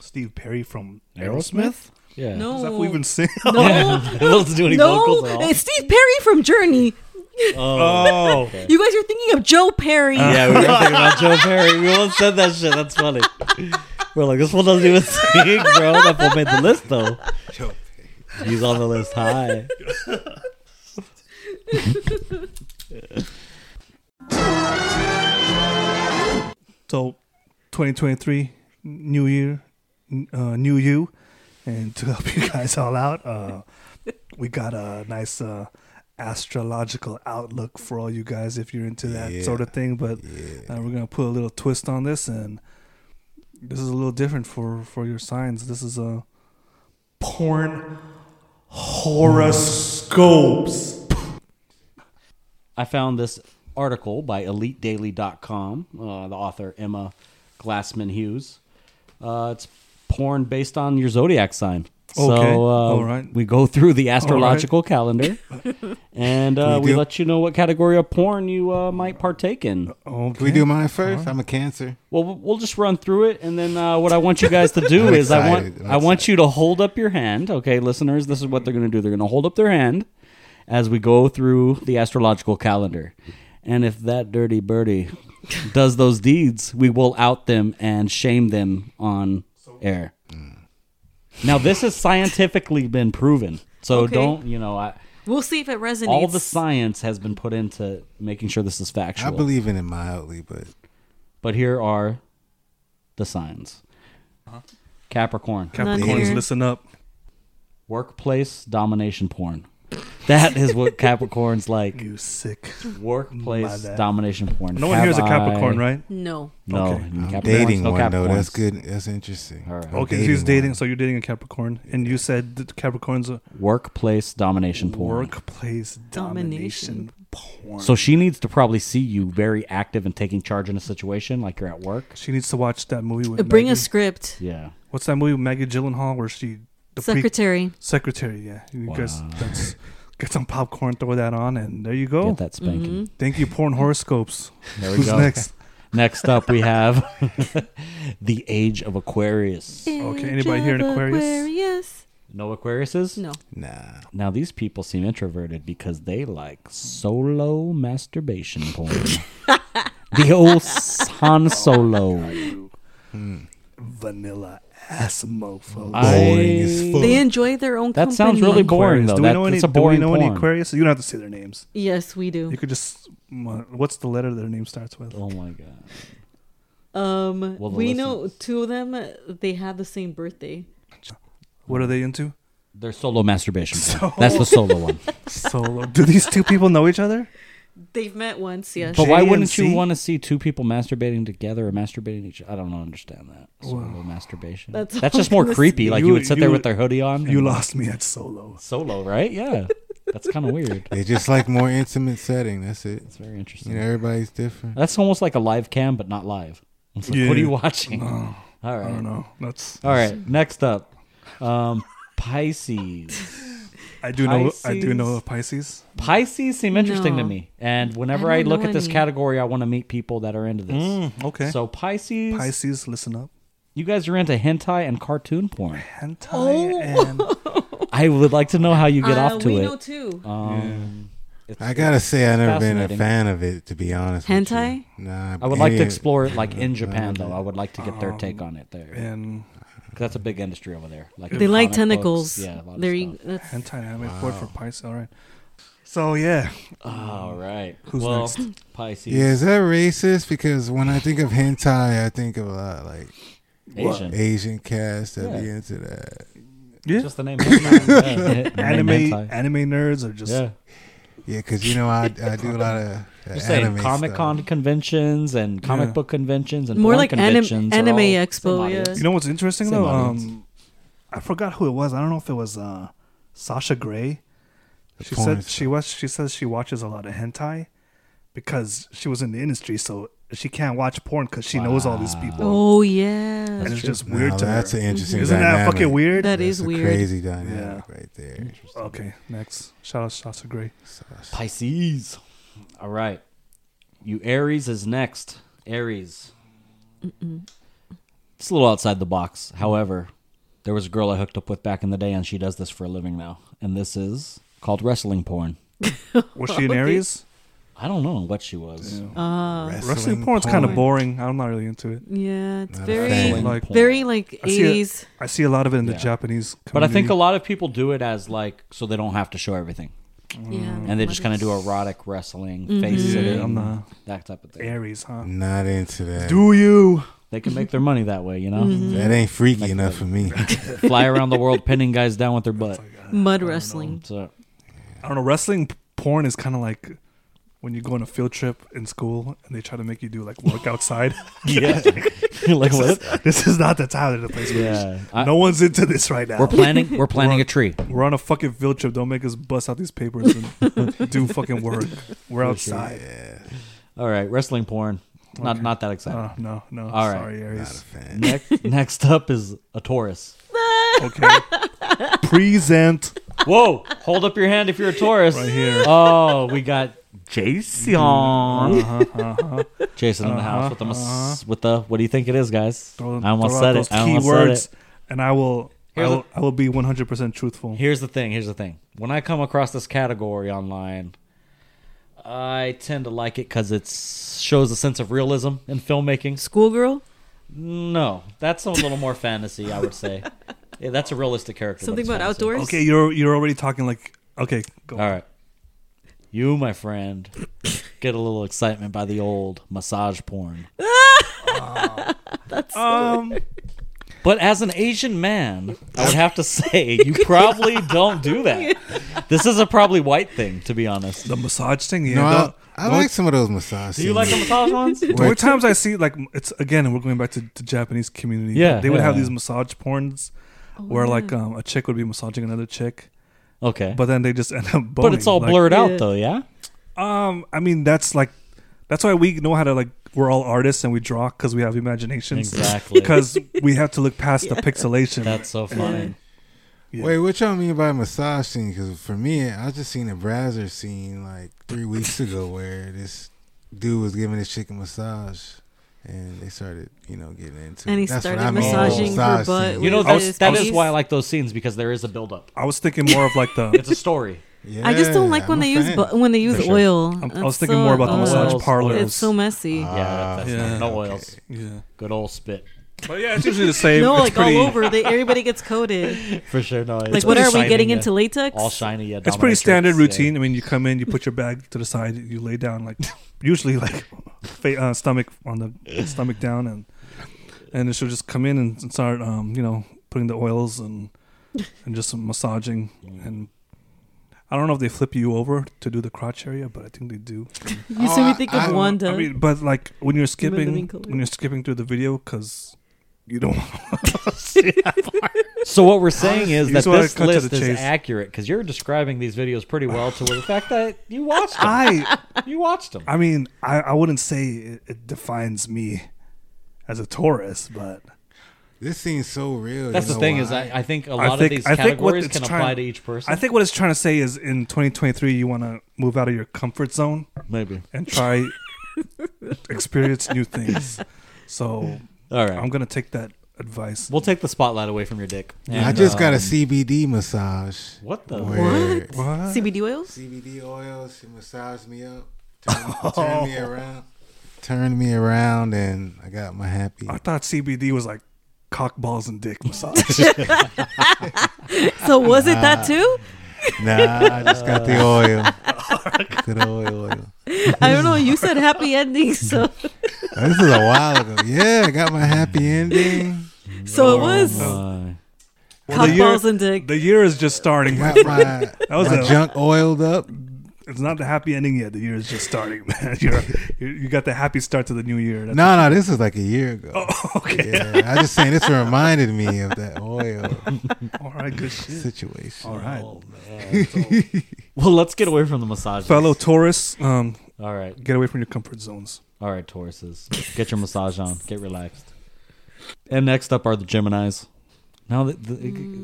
Speaker 3: Steve Perry from
Speaker 6: Aerosmith? Yeah.
Speaker 4: No.
Speaker 3: Is that who even sing?
Speaker 4: no.
Speaker 6: doesn't do any
Speaker 4: No,
Speaker 6: vocals at all.
Speaker 4: it's Steve Perry from Journey.
Speaker 6: Oh.
Speaker 4: You guys are thinking of Joe Perry.
Speaker 6: Yeah, we were thinking about Joe Perry. We all said that shit. That's funny. We're like, this one doesn't even sing, bro. That fool made the list though.
Speaker 5: Joe
Speaker 6: He's on the list high.
Speaker 3: So, 2023, new year, n- uh, new you, and to help you guys all out, uh, we got a nice uh, astrological outlook for all you guys if you're into that
Speaker 5: Yeah.
Speaker 3: sort of thing. But uh, we're gonna put a little twist on this, and this is a little different for for your signs. This is a porn horoscopes.
Speaker 6: I found this article by EliteDaily.com, uh, the author Emma Glassman Hughes. Uh, it's porn based on your zodiac sign.
Speaker 3: Okay,
Speaker 6: So uh,
Speaker 3: all right.
Speaker 6: we go through the astrological calendar, and uh,
Speaker 5: we
Speaker 6: we
Speaker 5: do-
Speaker 6: let you know what category of porn you uh, might partake in.
Speaker 3: Okay.
Speaker 5: Can we do mine
Speaker 6: Uh-huh.
Speaker 5: first? I'm a cancer.
Speaker 6: Well, we'll- we'll just run through it, and then uh, what I want you guys to do
Speaker 5: I'm
Speaker 6: is I
Speaker 5: excited.
Speaker 6: want
Speaker 5: I'm
Speaker 6: I want you to hold up your hand, okay, listeners. This is what they're going to do. They're going to hold up their hand as we go through the astrological calendar, and if that dirty birdie does those deeds, we will out them and shame them on air.
Speaker 5: Mm.
Speaker 6: Now, this has scientifically been proven, so
Speaker 4: Okay.
Speaker 6: don't you know? I,
Speaker 4: We'll see if it resonates.
Speaker 6: all the science has been put into making sure this is factual.
Speaker 5: I believe in it mildly, but
Speaker 6: But here are the signs.
Speaker 3: Uh-huh.
Speaker 6: Capricorn.
Speaker 4: None
Speaker 3: Capricorns,
Speaker 4: here.
Speaker 3: listen up.
Speaker 6: Workplace domination porn. That is what Capricorn's like.
Speaker 3: You sick.
Speaker 6: Workplace
Speaker 3: My bad.
Speaker 6: domination porn.
Speaker 3: No one here is a Capricorn,
Speaker 6: I-
Speaker 3: right?
Speaker 4: No.
Speaker 6: No,
Speaker 3: Okay.
Speaker 6: Capricorns,
Speaker 5: I'm dating
Speaker 6: no
Speaker 5: one though. That's
Speaker 6: Capricorns.
Speaker 5: good. That's interesting.
Speaker 6: All right.
Speaker 5: I'm
Speaker 3: Okay, so he's dating.
Speaker 5: one.
Speaker 3: So you're dating a Capricorn, and you said that Capricorn's a
Speaker 6: Workplace domination porn.
Speaker 3: workplace domination,
Speaker 4: Domination.
Speaker 3: porn.
Speaker 6: So she needs to probably see you very active and taking charge in a situation, like you're at work.
Speaker 3: she needs to watch that movie with
Speaker 4: Uh, Bring a
Speaker 3: Maggie-
Speaker 4: script.
Speaker 6: Yeah.
Speaker 3: What's that movie with Maggie Gyllenhaal where she the pre-
Speaker 4: Secretary.
Speaker 3: secretary? Yeah, you guys that's, get some popcorn, throw that on, and there you go.
Speaker 6: Get that spanking.
Speaker 3: Thank you, porn horoscopes.
Speaker 6: There we
Speaker 3: Who's
Speaker 6: go.
Speaker 3: next?
Speaker 6: Next up, we have the Age of Aquarius.
Speaker 3: Okay, anybody here in
Speaker 4: Age of
Speaker 3: Aquarius?
Speaker 4: Aquarius?
Speaker 6: No Aquariuses?
Speaker 4: No.
Speaker 5: Nah.
Speaker 6: Now these people seem introverted because they like solo masturbation porn. the old Han Solo.
Speaker 3: Vanilla ass mofo.
Speaker 5: Boring as fuck.
Speaker 4: They enjoy their own
Speaker 6: That
Speaker 4: company.
Speaker 6: sounds really boring.
Speaker 3: Aquarius.
Speaker 6: though.
Speaker 3: Do we
Speaker 6: That-
Speaker 3: know any?
Speaker 6: that's a boring
Speaker 3: do we know any
Speaker 6: porn.
Speaker 3: Aquarius? You don't have to say their names.
Speaker 4: Yes, we do.
Speaker 3: You could just. uh, What's the letter their name starts with?
Speaker 6: Oh my god.
Speaker 4: Um,
Speaker 6: Well, the
Speaker 4: we
Speaker 6: listen-
Speaker 4: know two of them. uh, They had the same birthday.
Speaker 3: What are they into?
Speaker 6: They're solo masturbation. porn. That's the solo one.
Speaker 3: Solo. Do these two people know each other?
Speaker 4: They've met once. Yes.
Speaker 6: But why
Speaker 3: J and
Speaker 6: wouldn't you
Speaker 3: C?
Speaker 6: want to see two people masturbating together or masturbating each? I don't understand that solo masturbation. That's,
Speaker 4: That's
Speaker 6: just
Speaker 4: all
Speaker 6: more
Speaker 4: I'm gonna
Speaker 6: creepy.
Speaker 3: say.
Speaker 6: Like you,
Speaker 3: You-
Speaker 6: would sit there
Speaker 3: you-
Speaker 6: with their hoodie on.
Speaker 3: You
Speaker 6: and-
Speaker 3: lost me at solo.
Speaker 6: solo, right? Yeah. That's kind of weird.
Speaker 5: They just like more intimate setting. That's it.
Speaker 6: It's very interesting.
Speaker 5: You know, everybody's different.
Speaker 6: That's almost like a live cam, but not live. It's like,
Speaker 3: Yeah.
Speaker 6: What are you watching? All
Speaker 3: I
Speaker 6: right.
Speaker 3: don't know. That's
Speaker 6: All right, next up, um, Pisces.
Speaker 3: I do know. I do
Speaker 6: Pisces.
Speaker 3: know of Pisces.
Speaker 6: Pisces seem interesting to
Speaker 4: No.
Speaker 6: me, and whenever I,
Speaker 4: I don't
Speaker 6: look
Speaker 4: know
Speaker 6: at this
Speaker 4: any.
Speaker 6: category, I want to meet people that are into this.
Speaker 3: okay.
Speaker 6: So Pisces,
Speaker 3: Pisces, listen up.
Speaker 6: you guys are into hentai and cartoon porn.
Speaker 3: Hentai and
Speaker 6: I would like to know how you get
Speaker 4: uh,
Speaker 6: off to
Speaker 4: we
Speaker 6: it.
Speaker 4: know two.
Speaker 6: um, it's-
Speaker 5: I gotta say, I've never been a
Speaker 6: Fascinating.
Speaker 5: fan of it, to be honest. with you.
Speaker 4: Hentai?
Speaker 5: Nah.
Speaker 6: I would like to
Speaker 5: any-
Speaker 6: explore it like in Japan, though. I would like to get
Speaker 3: Um,
Speaker 6: their take on it there. 'Cause
Speaker 3: and
Speaker 6: That's a big industry over there. Like
Speaker 4: They like
Speaker 6: comic
Speaker 4: tentacles.
Speaker 6: books. Yeah, a lot of
Speaker 4: there you.
Speaker 6: stuff.
Speaker 4: That's,
Speaker 3: hentai anime port for Pisces. All right. So yeah,
Speaker 6: All Oh, right.
Speaker 3: Um, Who's
Speaker 6: well,
Speaker 3: next?
Speaker 6: Pisces.
Speaker 5: Yeah, is that racist? Because when I think of hentai, I think of a lot of, like
Speaker 6: Asian.
Speaker 5: Asian cast that be
Speaker 6: Yeah.
Speaker 5: into that.
Speaker 3: yeah.
Speaker 6: Just the name. Yeah.
Speaker 3: anime
Speaker 6: Hentai.
Speaker 3: anime nerds are just
Speaker 6: Yeah.
Speaker 5: Yeah, because you know I, I do a lot of uh,
Speaker 6: You're saying
Speaker 5: anime
Speaker 6: Comic Con
Speaker 5: stuff.
Speaker 6: conventions and comic
Speaker 3: Yeah.
Speaker 6: book conventions and
Speaker 4: More
Speaker 6: porn
Speaker 4: like anim-
Speaker 6: conventions are
Speaker 4: anime
Speaker 6: all
Speaker 4: expo,
Speaker 6: same
Speaker 4: yeah.
Speaker 6: audience.
Speaker 3: You know what's interesting
Speaker 6: Same
Speaker 3: though?
Speaker 6: audience.
Speaker 3: Um, I forgot who it was. I don't know if it was uh, Sasha Grey.
Speaker 5: The
Speaker 3: She
Speaker 5: porn
Speaker 3: said she was. She says she watches a lot of hentai because she was in the industry, so she can't watch porn because she knows all these people,
Speaker 4: Oh yeah,
Speaker 3: and it's just
Speaker 5: Now
Speaker 3: weird to
Speaker 5: that's
Speaker 3: her.
Speaker 5: an interesting.
Speaker 3: Isn't that
Speaker 5: dynamic.
Speaker 3: fucking weird?
Speaker 4: that is
Speaker 5: That's a
Speaker 4: weird.
Speaker 5: Crazy dynamic right there.
Speaker 3: okay, next. Shout out Shasta Gray.
Speaker 6: Pisces. All right. You Aries is next. Aries. It's a little outside the box. However, there was a girl I hooked up with back in the day, and she does this for a living now. And this is called wrestling porn.
Speaker 3: Was she an Aries?
Speaker 6: I don't know what she was.
Speaker 3: Wrestling porn's kind of boring. I'm not really into it.
Speaker 4: Yeah, it's
Speaker 5: Not a
Speaker 4: very,
Speaker 5: fan.
Speaker 3: Like,
Speaker 4: very like
Speaker 3: I see it-
Speaker 4: eighties.
Speaker 3: I see a lot of it in the
Speaker 6: Yeah.
Speaker 3: Japanese. Community.
Speaker 6: But I think a lot of people do it as like so they don't have to show everything,
Speaker 4: Yeah,
Speaker 6: Mm. and they just kind of do erotic wrestling, face
Speaker 4: Mm-hmm.
Speaker 6: sitting,
Speaker 3: I'm not-
Speaker 6: that type of thing.
Speaker 3: Aries, huh?
Speaker 5: Not into that.
Speaker 3: Do you?
Speaker 6: They can make their money that way, you know.
Speaker 5: That ain't freaky enough for me.
Speaker 6: Fly around the world pinning guys down with their butt.
Speaker 4: mud wrestling.
Speaker 6: So
Speaker 3: I don't know. Wrestling p- porn is kind of like when you go on a field trip in school and they try to make you do like work outside.
Speaker 6: yeah, like what?
Speaker 3: this is not the time or the place. for this.
Speaker 6: Yeah, I-
Speaker 3: no one's into this right now.
Speaker 6: we're planning. We're planning a tree.
Speaker 3: We're on a fucking field trip. Don't make us bust out these papers and do fucking work. We're outside.
Speaker 6: All right, wrestling porn. Not not that exciting.
Speaker 3: Uh, no, no.
Speaker 6: All right.
Speaker 3: sorry, Aries.
Speaker 6: next, next up is a Taurus.
Speaker 3: Okay. Present
Speaker 6: Whoa! Hold up your hand if you're a Taurus.
Speaker 3: right here.
Speaker 6: Oh, we got Jason.
Speaker 3: Uh-huh,
Speaker 6: Jason in the house with the mas- with the what do you think it is, guys?
Speaker 3: Throw-
Speaker 6: I
Speaker 3: throw
Speaker 6: almost
Speaker 3: out
Speaker 6: said
Speaker 3: those
Speaker 6: it. I almost
Speaker 3: keywords,
Speaker 6: said it.
Speaker 3: and I will. I
Speaker 6: Here's a-
Speaker 3: will, I will be 100% truthful.
Speaker 6: Here's the thing. Here's the thing. When I come across this category online, I tend to like it because it shows a sense of realism in filmmaking.
Speaker 4: Schoolgirl,
Speaker 6: No, that's a little more fantasy, I would say. Yeah, that's a realistic character.
Speaker 4: something
Speaker 6: but
Speaker 4: about
Speaker 6: it's fantasy.
Speaker 4: outdoors.
Speaker 3: Okay, you're you're already talking like okay, go.
Speaker 6: All right. You, my friend, get a little excitement by the old massage porn.
Speaker 3: Um,
Speaker 6: But as an Asian man, I would have to say you probably don't do that. This is a probably white thing, to be honest.
Speaker 3: the massage thing. Yeah,
Speaker 5: No,
Speaker 3: the-
Speaker 5: I, I like some of those massage.
Speaker 6: Do you like the massage ones?
Speaker 3: The only times I see like it's again we're going back to the Japanese community.
Speaker 6: Yeah,
Speaker 3: they would have
Speaker 6: yeah.
Speaker 3: these massage porns
Speaker 6: Oh,
Speaker 3: where like um, a chick would be massaging another chick,
Speaker 6: Okay. But,
Speaker 3: but then they just end up. Boning.
Speaker 6: it's all
Speaker 3: Like,
Speaker 6: blurred
Speaker 4: Yeah.
Speaker 6: out, though, yeah?
Speaker 3: Um, I mean that's like that's why we know how to like we're all artists and we draw because we have imaginations.
Speaker 6: Exactly.
Speaker 3: Because we have to look past the pixelation.
Speaker 6: That's so funny.
Speaker 5: Wait, what y'all mean by massage scene? Because for me, I just seen a browser scene like three weeks ago where this dude was giving this chick a massage, and they started, you know, getting into.
Speaker 4: And
Speaker 5: it.
Speaker 4: he
Speaker 5: That's
Speaker 4: started
Speaker 5: what I mean by
Speaker 4: massaging her
Speaker 5: massage
Speaker 4: butt
Speaker 5: scene.
Speaker 6: You know,
Speaker 4: with
Speaker 6: that,
Speaker 4: his
Speaker 6: that is
Speaker 4: face.
Speaker 6: why I like those scenes because there is a buildup.
Speaker 3: I was thinking more of like the.
Speaker 6: It's a story.
Speaker 5: Yeah,
Speaker 4: I just don't like when
Speaker 5: I'm a
Speaker 4: they use
Speaker 5: fan.
Speaker 4: bu- when they use
Speaker 5: For sure.
Speaker 4: oil.
Speaker 3: I'm- I
Speaker 4: That's
Speaker 3: was thinking
Speaker 4: so-
Speaker 3: more about the
Speaker 4: oh,
Speaker 3: massage
Speaker 6: oils.
Speaker 3: parlors.
Speaker 4: It's so messy.
Speaker 3: Uh,
Speaker 6: Uh, Yeah, that's
Speaker 3: yeah.
Speaker 6: not, no oils.
Speaker 3: yeah.
Speaker 6: Good old spit.
Speaker 3: But yeah, it's usually the same.
Speaker 4: no,
Speaker 3: It's
Speaker 4: like
Speaker 3: pretty-
Speaker 4: all over. They, everybody gets coated.
Speaker 6: For sure, no.
Speaker 4: like, what are we getting into latex?
Speaker 6: All shiny. Yeah,
Speaker 3: It's pretty
Speaker 6: dominatrix,
Speaker 3: standard
Speaker 6: yeah.
Speaker 3: routine. I mean, you come in, you put your bag to the side, you lay down, like usually like fa- uh, stomach on the stomach down, and and she'll just come in and start, um, you know, putting the oils and and just some massaging. And I don't know if they flip you over to do the crotch area, but I think they do.
Speaker 4: You see me think
Speaker 5: I-
Speaker 4: of Wanda.
Speaker 3: Uh, I mean, but like when you're
Speaker 4: living
Speaker 3: skipping,
Speaker 4: color.
Speaker 3: when you're skipping through the video, because you don't.
Speaker 6: So what we're saying is
Speaker 3: You
Speaker 6: that
Speaker 3: just wanna
Speaker 6: this
Speaker 3: cut to
Speaker 6: list
Speaker 3: the
Speaker 6: is
Speaker 3: chase.
Speaker 6: accurate because you're describing these videos pretty well to the fact that you watched them.
Speaker 3: I
Speaker 6: you watched them.
Speaker 3: I mean, I, I wouldn't say it, it defines me as a Taurus, but
Speaker 5: This seems so real.
Speaker 6: That's
Speaker 5: you
Speaker 6: the
Speaker 5: know
Speaker 6: thing
Speaker 5: why?
Speaker 6: is I, I think a
Speaker 3: I
Speaker 6: lot of
Speaker 3: think-
Speaker 6: these
Speaker 3: I think what
Speaker 6: categories
Speaker 3: it's
Speaker 6: can
Speaker 3: trying-
Speaker 6: apply to each person.
Speaker 3: I think what it's trying to say is in 2023, you want to move out of your comfort zone
Speaker 6: maybe.
Speaker 3: and try experience new things. So
Speaker 6: All right.
Speaker 3: I'm gonna take that advice.
Speaker 6: we'll take the spotlight away from your dick.
Speaker 5: I
Speaker 6: And,
Speaker 5: just
Speaker 6: uh,
Speaker 5: got a CBD massage.
Speaker 6: What the?
Speaker 5: where
Speaker 3: What?
Speaker 4: CBD oils.
Speaker 5: CBD oils. She massaged me up, turned, turned me around, turned me around, and I got my happy.
Speaker 3: I thought CBD was like cock balls and dick massage.
Speaker 4: So was it
Speaker 3: Uh,
Speaker 4: that too?
Speaker 5: Nah, I just got the oil. Good old oil.
Speaker 4: I don't know. You said happy endings, so
Speaker 5: Oh, This is a while ago. Yeah, I got my happy ending.
Speaker 4: so it was
Speaker 6: My.
Speaker 3: the
Speaker 4: cock
Speaker 3: year-
Speaker 4: balls and dick.
Speaker 3: the year is just starting.
Speaker 5: Got my,
Speaker 3: was
Speaker 5: my
Speaker 3: a-
Speaker 5: junk oiled up.
Speaker 3: It's not the happy ending yet. The year is just starting, man. You're, you you got the happy start to the new year. That's-
Speaker 5: No, no, this was like a year ago.
Speaker 3: okay.
Speaker 5: Yeah, I just saying this reminded me of that oil
Speaker 3: All right. Good shit.
Speaker 5: situation.
Speaker 3: All right.
Speaker 6: Well, let's get away from the massage.
Speaker 3: Fellow Taurus, um,
Speaker 6: All right.
Speaker 3: get away from your comfort zones.
Speaker 6: All right, Tauruses. Get your massage on. Get relaxed. And next up are the Geminis. Now, the, the,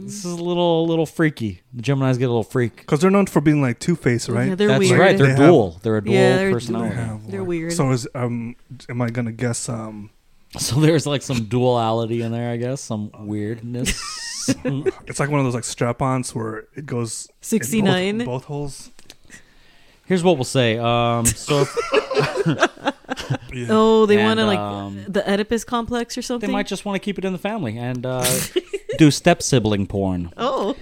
Speaker 6: this is a little little freaky. The Geminis get a little freak.
Speaker 3: Because they're known for being like two faced, right?
Speaker 4: Yeah, they're
Speaker 6: That's
Speaker 4: weird.
Speaker 6: right. They're
Speaker 3: They have-
Speaker 6: dual. they're a dual
Speaker 4: Yeah, they're-
Speaker 6: personality.
Speaker 4: They're weird.
Speaker 3: So is um, am I gonna guess um,
Speaker 6: So there's like some duality in there, I guess. Some weirdness.
Speaker 3: it's like one of those like strap-ons where it goes in both-
Speaker 4: 69.
Speaker 3: both, holes.
Speaker 6: Here's what we'll say. Um, so if-
Speaker 4: oh, they
Speaker 6: And,
Speaker 4: want to like
Speaker 6: um,
Speaker 4: the Oedipus complex or
Speaker 6: they
Speaker 4: something.
Speaker 6: might just want to keep it in the family and uh, do step sibling porn.
Speaker 4: oh,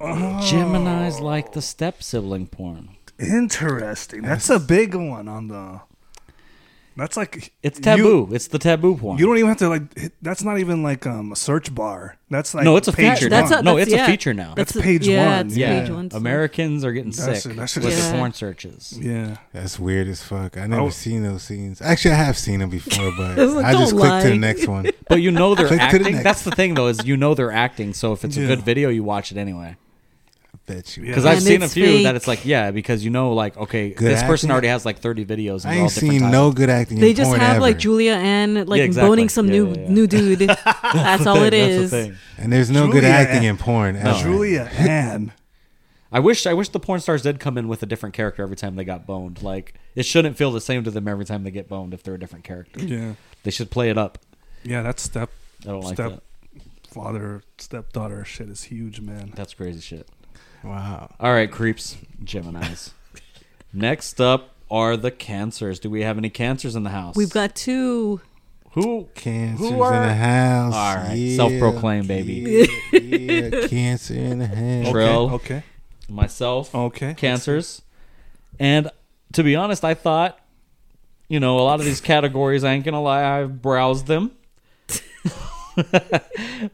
Speaker 6: Geminis like the step sibling porn.
Speaker 3: Interesting. That's a big one on the. That's like
Speaker 6: It's
Speaker 3: you-
Speaker 6: taboo. it's the taboo porn.
Speaker 3: You, don't even have to like. Hit, that's not even like um, a search bar. That's like
Speaker 6: No, it's a
Speaker 3: page
Speaker 6: feature.
Speaker 3: one.
Speaker 6: That's No, it's a feature now.
Speaker 3: That's page
Speaker 4: yeah,
Speaker 3: one,
Speaker 4: It's
Speaker 3: yeah.
Speaker 4: page one.
Speaker 6: Americans are getting
Speaker 3: That's-
Speaker 6: sick
Speaker 3: that's
Speaker 6: with
Speaker 3: just-
Speaker 6: the
Speaker 4: Yeah.
Speaker 6: porn searches.
Speaker 3: yeah.
Speaker 5: That's weird as fuck. I never
Speaker 3: Oh.
Speaker 5: seen those scenes. Actually, I have seen them before, but
Speaker 4: It's like,
Speaker 5: I just
Speaker 4: don't
Speaker 5: clicked to
Speaker 4: lie.
Speaker 5: the next one.
Speaker 6: But you know they're
Speaker 5: Click to the
Speaker 6: acting.
Speaker 5: next.
Speaker 6: That's the thing, though, is you know they're acting. So if it's a
Speaker 3: Yeah.
Speaker 6: good video, you watch it anyway.
Speaker 5: Bet you.
Speaker 6: Because
Speaker 3: Yeah.
Speaker 6: I've
Speaker 4: And
Speaker 6: seen a
Speaker 4: it's
Speaker 6: few that
Speaker 4: fake.
Speaker 6: it's like, yeah, because you know, like, okay,
Speaker 5: Good
Speaker 6: this person
Speaker 5: acting?
Speaker 6: already has like 30 videos.
Speaker 5: I
Speaker 6: And they're all
Speaker 5: ain't
Speaker 6: different
Speaker 5: seen
Speaker 6: types.
Speaker 5: no good acting.
Speaker 4: They
Speaker 5: in
Speaker 4: just
Speaker 5: porn
Speaker 4: have like
Speaker 5: ever.
Speaker 4: Julia Ann like
Speaker 6: Yeah, exactly.
Speaker 4: boning some
Speaker 6: Yeah,
Speaker 4: new
Speaker 6: yeah, yeah.
Speaker 4: new dude. That's all it
Speaker 6: That's
Speaker 4: is.
Speaker 6: the thing.
Speaker 5: and there's no good
Speaker 3: Julia
Speaker 5: acting
Speaker 3: Ann-
Speaker 5: in porn. Ever.
Speaker 3: Julia Ann.
Speaker 6: I wish, I wish the porn stars did come in with a different character every time they got boned. Like, it shouldn't feel the same to them every time they get boned if they're a different character.
Speaker 3: yeah,
Speaker 6: They should play it up.
Speaker 3: yeah. That step
Speaker 6: I don't like that.
Speaker 3: step father stepdaughter shit is huge, man.
Speaker 6: That's crazy shit.
Speaker 5: Wow.
Speaker 6: All right, creeps, Gemini's. Next up are the cancers. Do we have any cancers in the house?
Speaker 4: We've got two.
Speaker 6: who
Speaker 5: Cancer's
Speaker 6: Who are-
Speaker 5: in the house.
Speaker 6: All right,
Speaker 5: Yeah,
Speaker 6: self-proclaimed baby.
Speaker 5: Yeah, yeah, cancer in the house.
Speaker 6: Okay. Trill.
Speaker 3: Okay.
Speaker 6: myself.
Speaker 3: Okay.
Speaker 6: Cancers. And to be honest, I thought, you know, a lot of these categories, I ain't going to lie, I've browsed them.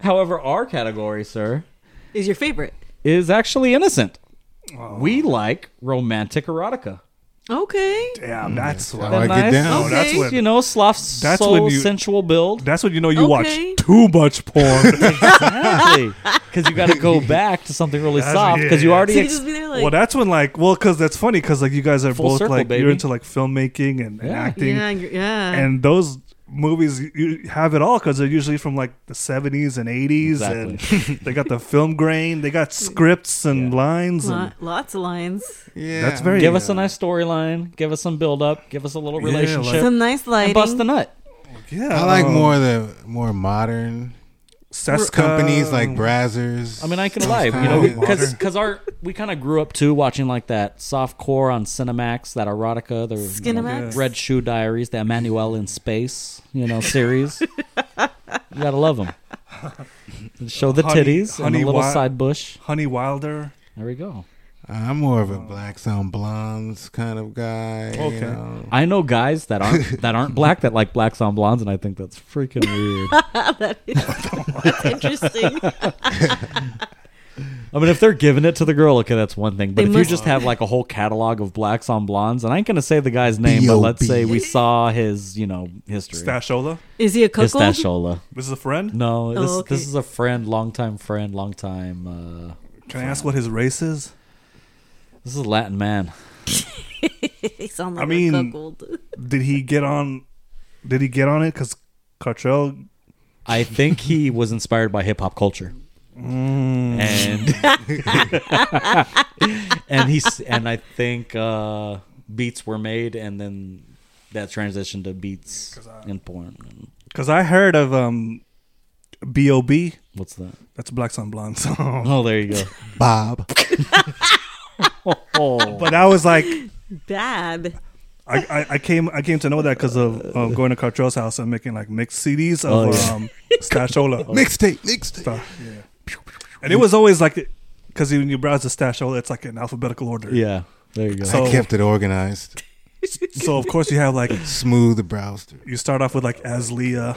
Speaker 6: However, our category, sir,
Speaker 4: Is your favorite?
Speaker 6: is actually innocent.
Speaker 3: Oh.
Speaker 6: We like romantic erotica.
Speaker 4: Okay.
Speaker 3: Damn, that's what.
Speaker 5: I like it down.
Speaker 3: Oh, that's
Speaker 4: Okay.
Speaker 3: when
Speaker 6: you know, sloth,
Speaker 3: That's
Speaker 6: soul,
Speaker 3: when you-
Speaker 6: sensual build.
Speaker 3: That's when you know you
Speaker 4: Okay.
Speaker 3: watch too much porn.
Speaker 6: Exactly. Because you got to go back to something really
Speaker 3: That's-
Speaker 6: soft because you
Speaker 3: yeah.
Speaker 6: already
Speaker 4: So you
Speaker 6: ex-
Speaker 4: just be there like,
Speaker 3: well, that's when like, well, because that's funny because like you guys are
Speaker 6: Full
Speaker 3: both
Speaker 6: circle,
Speaker 3: like
Speaker 6: baby.
Speaker 3: you're into like filmmaking and, and
Speaker 6: Yeah.
Speaker 3: acting,
Speaker 4: yeah, you're- yeah.
Speaker 3: and those movies you- you have it all because they're usually from like the 70s and 80s, and they got the film grain, they got scripts and lines, and
Speaker 4: Lot, lots of lines.
Speaker 5: Yeah.
Speaker 3: that's very
Speaker 6: give us a nice storyline, give us some build up, give us a little
Speaker 3: like-
Speaker 6: relationship,
Speaker 4: Some nice lighting.
Speaker 6: and bust the nut.
Speaker 3: yeah.
Speaker 5: I like
Speaker 3: um, Uh,
Speaker 5: more the more modern
Speaker 3: Seska,
Speaker 5: companies like Brazzers.
Speaker 6: I mean, I can lie, you know, because because our we kind of grew up too watching like that soft core on Cinemax, that erotica, the
Speaker 4: Skinemax.
Speaker 6: Red Shoe Diaries, the Emmanuel in Space, you know, series. you gotta love them. Show the
Speaker 3: Honey-
Speaker 6: titties
Speaker 3: Honey
Speaker 6: and a little
Speaker 3: Wi-
Speaker 6: side bush.
Speaker 3: Honey Wilder.
Speaker 6: There we go.
Speaker 5: I'm more of a blacks on blondes kind of guy. Okay.
Speaker 3: Okay.
Speaker 5: You know?
Speaker 6: I know guys that aren't that aren't black that like blacks on blondes, and I think that's freaking weird.
Speaker 4: That's interesting.
Speaker 6: I mean, if they're giving it to the girl, okay, that's one thing.
Speaker 4: They
Speaker 6: But if
Speaker 4: must-
Speaker 6: you just have like a whole catalog of blacks on blondes, and I ain't gonna say the guy's name, but
Speaker 5: B.O.B..
Speaker 6: let's say we saw his, you know, history.
Speaker 3: Stashola.
Speaker 4: Is he a cuckold? Oh,
Speaker 6: His stashola.
Speaker 3: This is a friend.
Speaker 6: No, this
Speaker 4: okay.
Speaker 6: this is a friend, longtime friend, long time. Uh,
Speaker 3: Can I ask what his race is?
Speaker 6: this is a Latin man.
Speaker 4: They sound
Speaker 3: I
Speaker 4: like a
Speaker 3: mean-
Speaker 4: cuckold.
Speaker 3: Did he get on? Did he get on it? Because Cartrell
Speaker 6: I think he was inspired by hip hop culture. And and he's and I think uh, beats were made, and then that transitioned to beats and porn.
Speaker 3: Because I heard of um, B.O.B.
Speaker 6: What's that?
Speaker 3: That's Blacks on Blondes. but
Speaker 6: Oh, there you go.
Speaker 5: Bob.
Speaker 6: Oh,
Speaker 3: I was like,
Speaker 4: Bad.
Speaker 3: I, I, I came I came to know that because of, of going to Cartrell's house and making like mixed CDs of
Speaker 6: Oh, yeah.
Speaker 3: um, Stashola.
Speaker 5: Mixtape. Mixtape.
Speaker 3: stuff. Yeah. And it was always like, because when you browse the Stashola, it's like in alphabetical order.
Speaker 6: yeah. There you go.
Speaker 3: So-
Speaker 5: I kept it organized.
Speaker 3: So of course you have like,
Speaker 5: Smooth browser.
Speaker 3: you start off with like Aslia,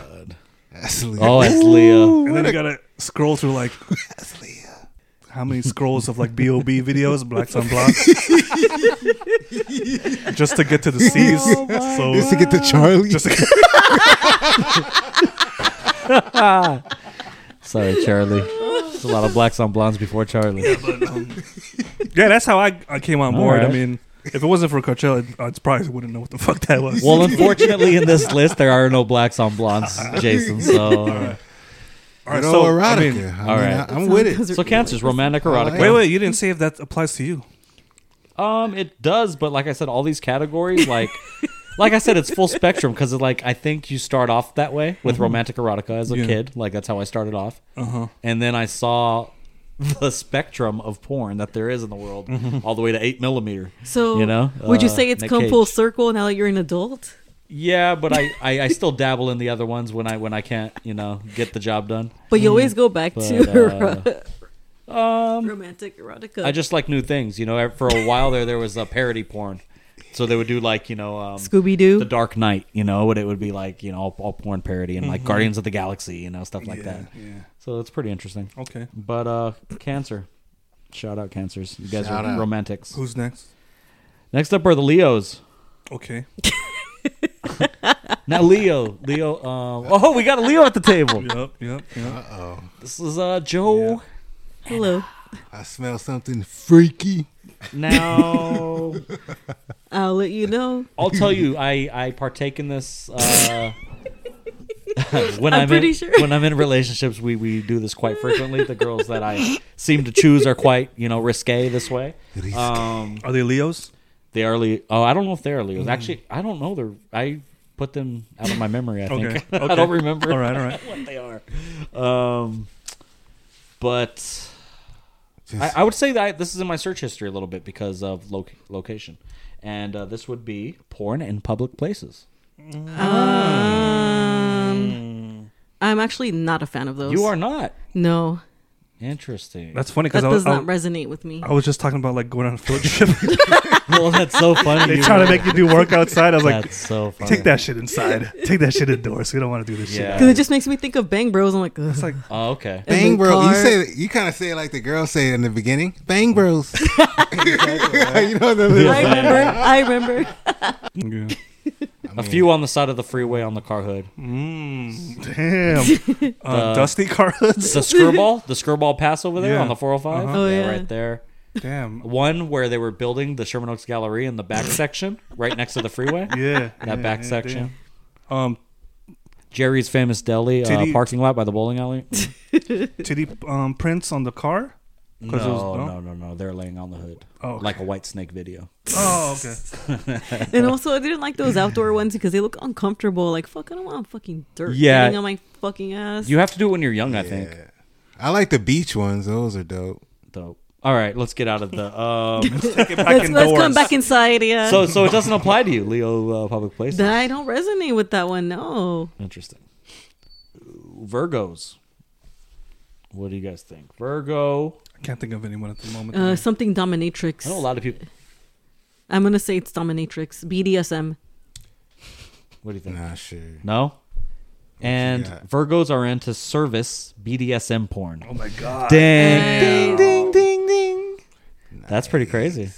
Speaker 5: That's
Speaker 6: oh, that's Leah.
Speaker 3: and then you gotta scroll through like how many scrolls of like Bob videos, Blacks on Blocks, just to get to the C's.
Speaker 4: my
Speaker 3: so
Speaker 5: Just to get to Charlie.
Speaker 3: just to-
Speaker 6: Sorry, Charlie. There's a lot of blacks on blondes before Charlie.
Speaker 3: yeah, that's how I, I came on
Speaker 6: All
Speaker 3: board. I
Speaker 6: right.
Speaker 3: mean, if it wasn't for Coachella, I, I probably wouldn't know what the fuck that was.
Speaker 6: Well, unfortunately, in this list, there are no blacks on blondes, Jason. So,
Speaker 3: All right,
Speaker 5: But
Speaker 3: so,
Speaker 5: all
Speaker 3: I mean-
Speaker 5: erotica. I mean,
Speaker 6: all right.
Speaker 5: I, am with it.
Speaker 6: so cancer's romantic erotica.
Speaker 3: wait, wait, you didn't say if that applies to you.
Speaker 6: Um, it does, but like I said, all these categories, like, like I said, it's full spectrum because like I think you start off that way with romantic erotica as a
Speaker 3: Mm-hmm. Yeah.
Speaker 6: kid, like that's how I started off, uh-huh. and then I saw the spectrum of porn that there is in the world,
Speaker 3: Mm-hmm.
Speaker 6: all the way to eight millimeter.
Speaker 4: So
Speaker 6: you know,
Speaker 4: would you
Speaker 6: Uh,
Speaker 4: say it's
Speaker 6: Nick
Speaker 4: come
Speaker 6: Cage.
Speaker 4: full circle now that you're an adult?
Speaker 6: Yeah, but I, I I still dabble in the other ones when I when I can't you know get the job done.
Speaker 4: But you always go back to
Speaker 6: Mm, But, Um,
Speaker 4: romantic erotica.
Speaker 6: I just like new things. You know, for a while there, there was a parody porn, so they would do like you know um,
Speaker 4: Scooby
Speaker 6: The
Speaker 4: Doo.
Speaker 6: Dark Knight. You know, what it would be like. You know, all, all porn parody and
Speaker 5: Mm-hmm.
Speaker 6: like Guardians of the Galaxy. You know, stuff like that. So it's pretty interesting.
Speaker 3: Okay.
Speaker 6: But uh, cancer. Shout out cancers. You guys
Speaker 5: Shout
Speaker 6: are
Speaker 5: out.
Speaker 6: romantics.
Speaker 3: Who's next?
Speaker 6: Next up are the Leos.
Speaker 3: Okay.
Speaker 6: Now Leo, Leo. Um, oh, we got a Leo at the table.
Speaker 3: Yep, yep, yep.
Speaker 6: Uh-uh. This is uh, Joe.
Speaker 4: Hello.
Speaker 5: I smell something freaky.
Speaker 6: Now
Speaker 4: I'll let you know.
Speaker 6: I'll tell you, I I partake in this. Uh, when
Speaker 4: I'm
Speaker 6: I'm,
Speaker 4: pretty
Speaker 6: in,
Speaker 4: sure.
Speaker 6: when I'm in relationships, we we do this quite frequently. The girls that I seem to choose are quite you know risque this way. Um,
Speaker 3: Are they Leos?
Speaker 6: they are Le- oh I don't know if they are
Speaker 3: Mm.
Speaker 6: Leos. Actually, I don't know. They're I put them out of my memory. I think
Speaker 3: Okay.
Speaker 6: I don't remember.
Speaker 3: All right, all right.
Speaker 6: what they are. Um, but I,
Speaker 5: Just-
Speaker 6: I would say that I, this is in my search history a little bit because of loc location, and uh, this would be porn in public places.
Speaker 4: I'm actually not a fan of those.
Speaker 6: You are not
Speaker 4: No,
Speaker 6: interesting.
Speaker 3: That's funny
Speaker 4: that
Speaker 3: because I, was-
Speaker 4: does
Speaker 3: I,
Speaker 4: not resonate with
Speaker 6: Oh,
Speaker 4: me.
Speaker 3: I was just talking about like going on a field trip.
Speaker 6: well, that's so funny.
Speaker 3: they
Speaker 6: You
Speaker 3: trying to
Speaker 6: were-
Speaker 3: make you do work outside. I was like,
Speaker 6: that's so funny.
Speaker 3: take that shit inside. Take that shit indoors. We don't want to do this
Speaker 6: Yeah.
Speaker 4: Because it just makes me think of Bang Bros. I'm like, ugh.
Speaker 3: like-
Speaker 6: Oh, okay.
Speaker 4: And
Speaker 5: Bang
Speaker 4: the
Speaker 5: bro, you
Speaker 4: car-
Speaker 5: say you kind of say it like the girl say it in the beginning. Bang bros, you know the little,
Speaker 4: I remember. I remember.
Speaker 3: shit.
Speaker 6: A few on the side of the freeway on the car hood.
Speaker 3: Hmm. Damn. Uh, dusty car hoods.
Speaker 6: The screwball, the screwball pass over there
Speaker 3: Yeah. Uh-huh.
Speaker 6: on the 405.
Speaker 4: Oh, yeah.
Speaker 6: right there.
Speaker 3: Damn.
Speaker 6: One where they were building the Sherman Oaks Gallery in the back section, right next to the freeway.
Speaker 3: Yeah.
Speaker 6: That back section.
Speaker 3: Um,
Speaker 6: Jerry's Famous Deli uh,
Speaker 3: Did he-
Speaker 6: parking lot by the bowling alley.
Speaker 3: titty um, prints on the car.
Speaker 6: No,
Speaker 3: 'Cause it was-
Speaker 6: no, no, no. They're laying on the hood,
Speaker 3: Oh, okay.
Speaker 6: like a white snake video.
Speaker 3: Oh, okay.
Speaker 4: And also, I didn't like those outdoor ones because they look uncomfortable. Like, fuck, I don't want fucking dirt
Speaker 6: Yeah.
Speaker 4: getting on my fucking ass.
Speaker 6: You have to do it when you're young, I think.
Speaker 5: Yeah. I like the beach ones. Those are dope.
Speaker 6: Though. All right, let's get out of the. Um,
Speaker 4: let's, let's come back inside. Yeah.
Speaker 6: so, so it doesn't apply to you, Leo uh, Public Places.
Speaker 4: That I don't resonate with that one. No.
Speaker 6: Interesting. Virgos. What do you guys think? Virgo.
Speaker 3: I can't think of anyone at the moment.
Speaker 4: Uh, something dominatrix.
Speaker 6: I know a lot of people.
Speaker 4: I'm gonna say it's dominatrix. BDSM.
Speaker 6: What do you think?
Speaker 5: Nah, sure.
Speaker 6: No. And
Speaker 5: got?
Speaker 6: Virgos are into service BDSM porn.
Speaker 3: oh my god.
Speaker 6: Ding, ding, ding, ding, ding. That's pretty crazy.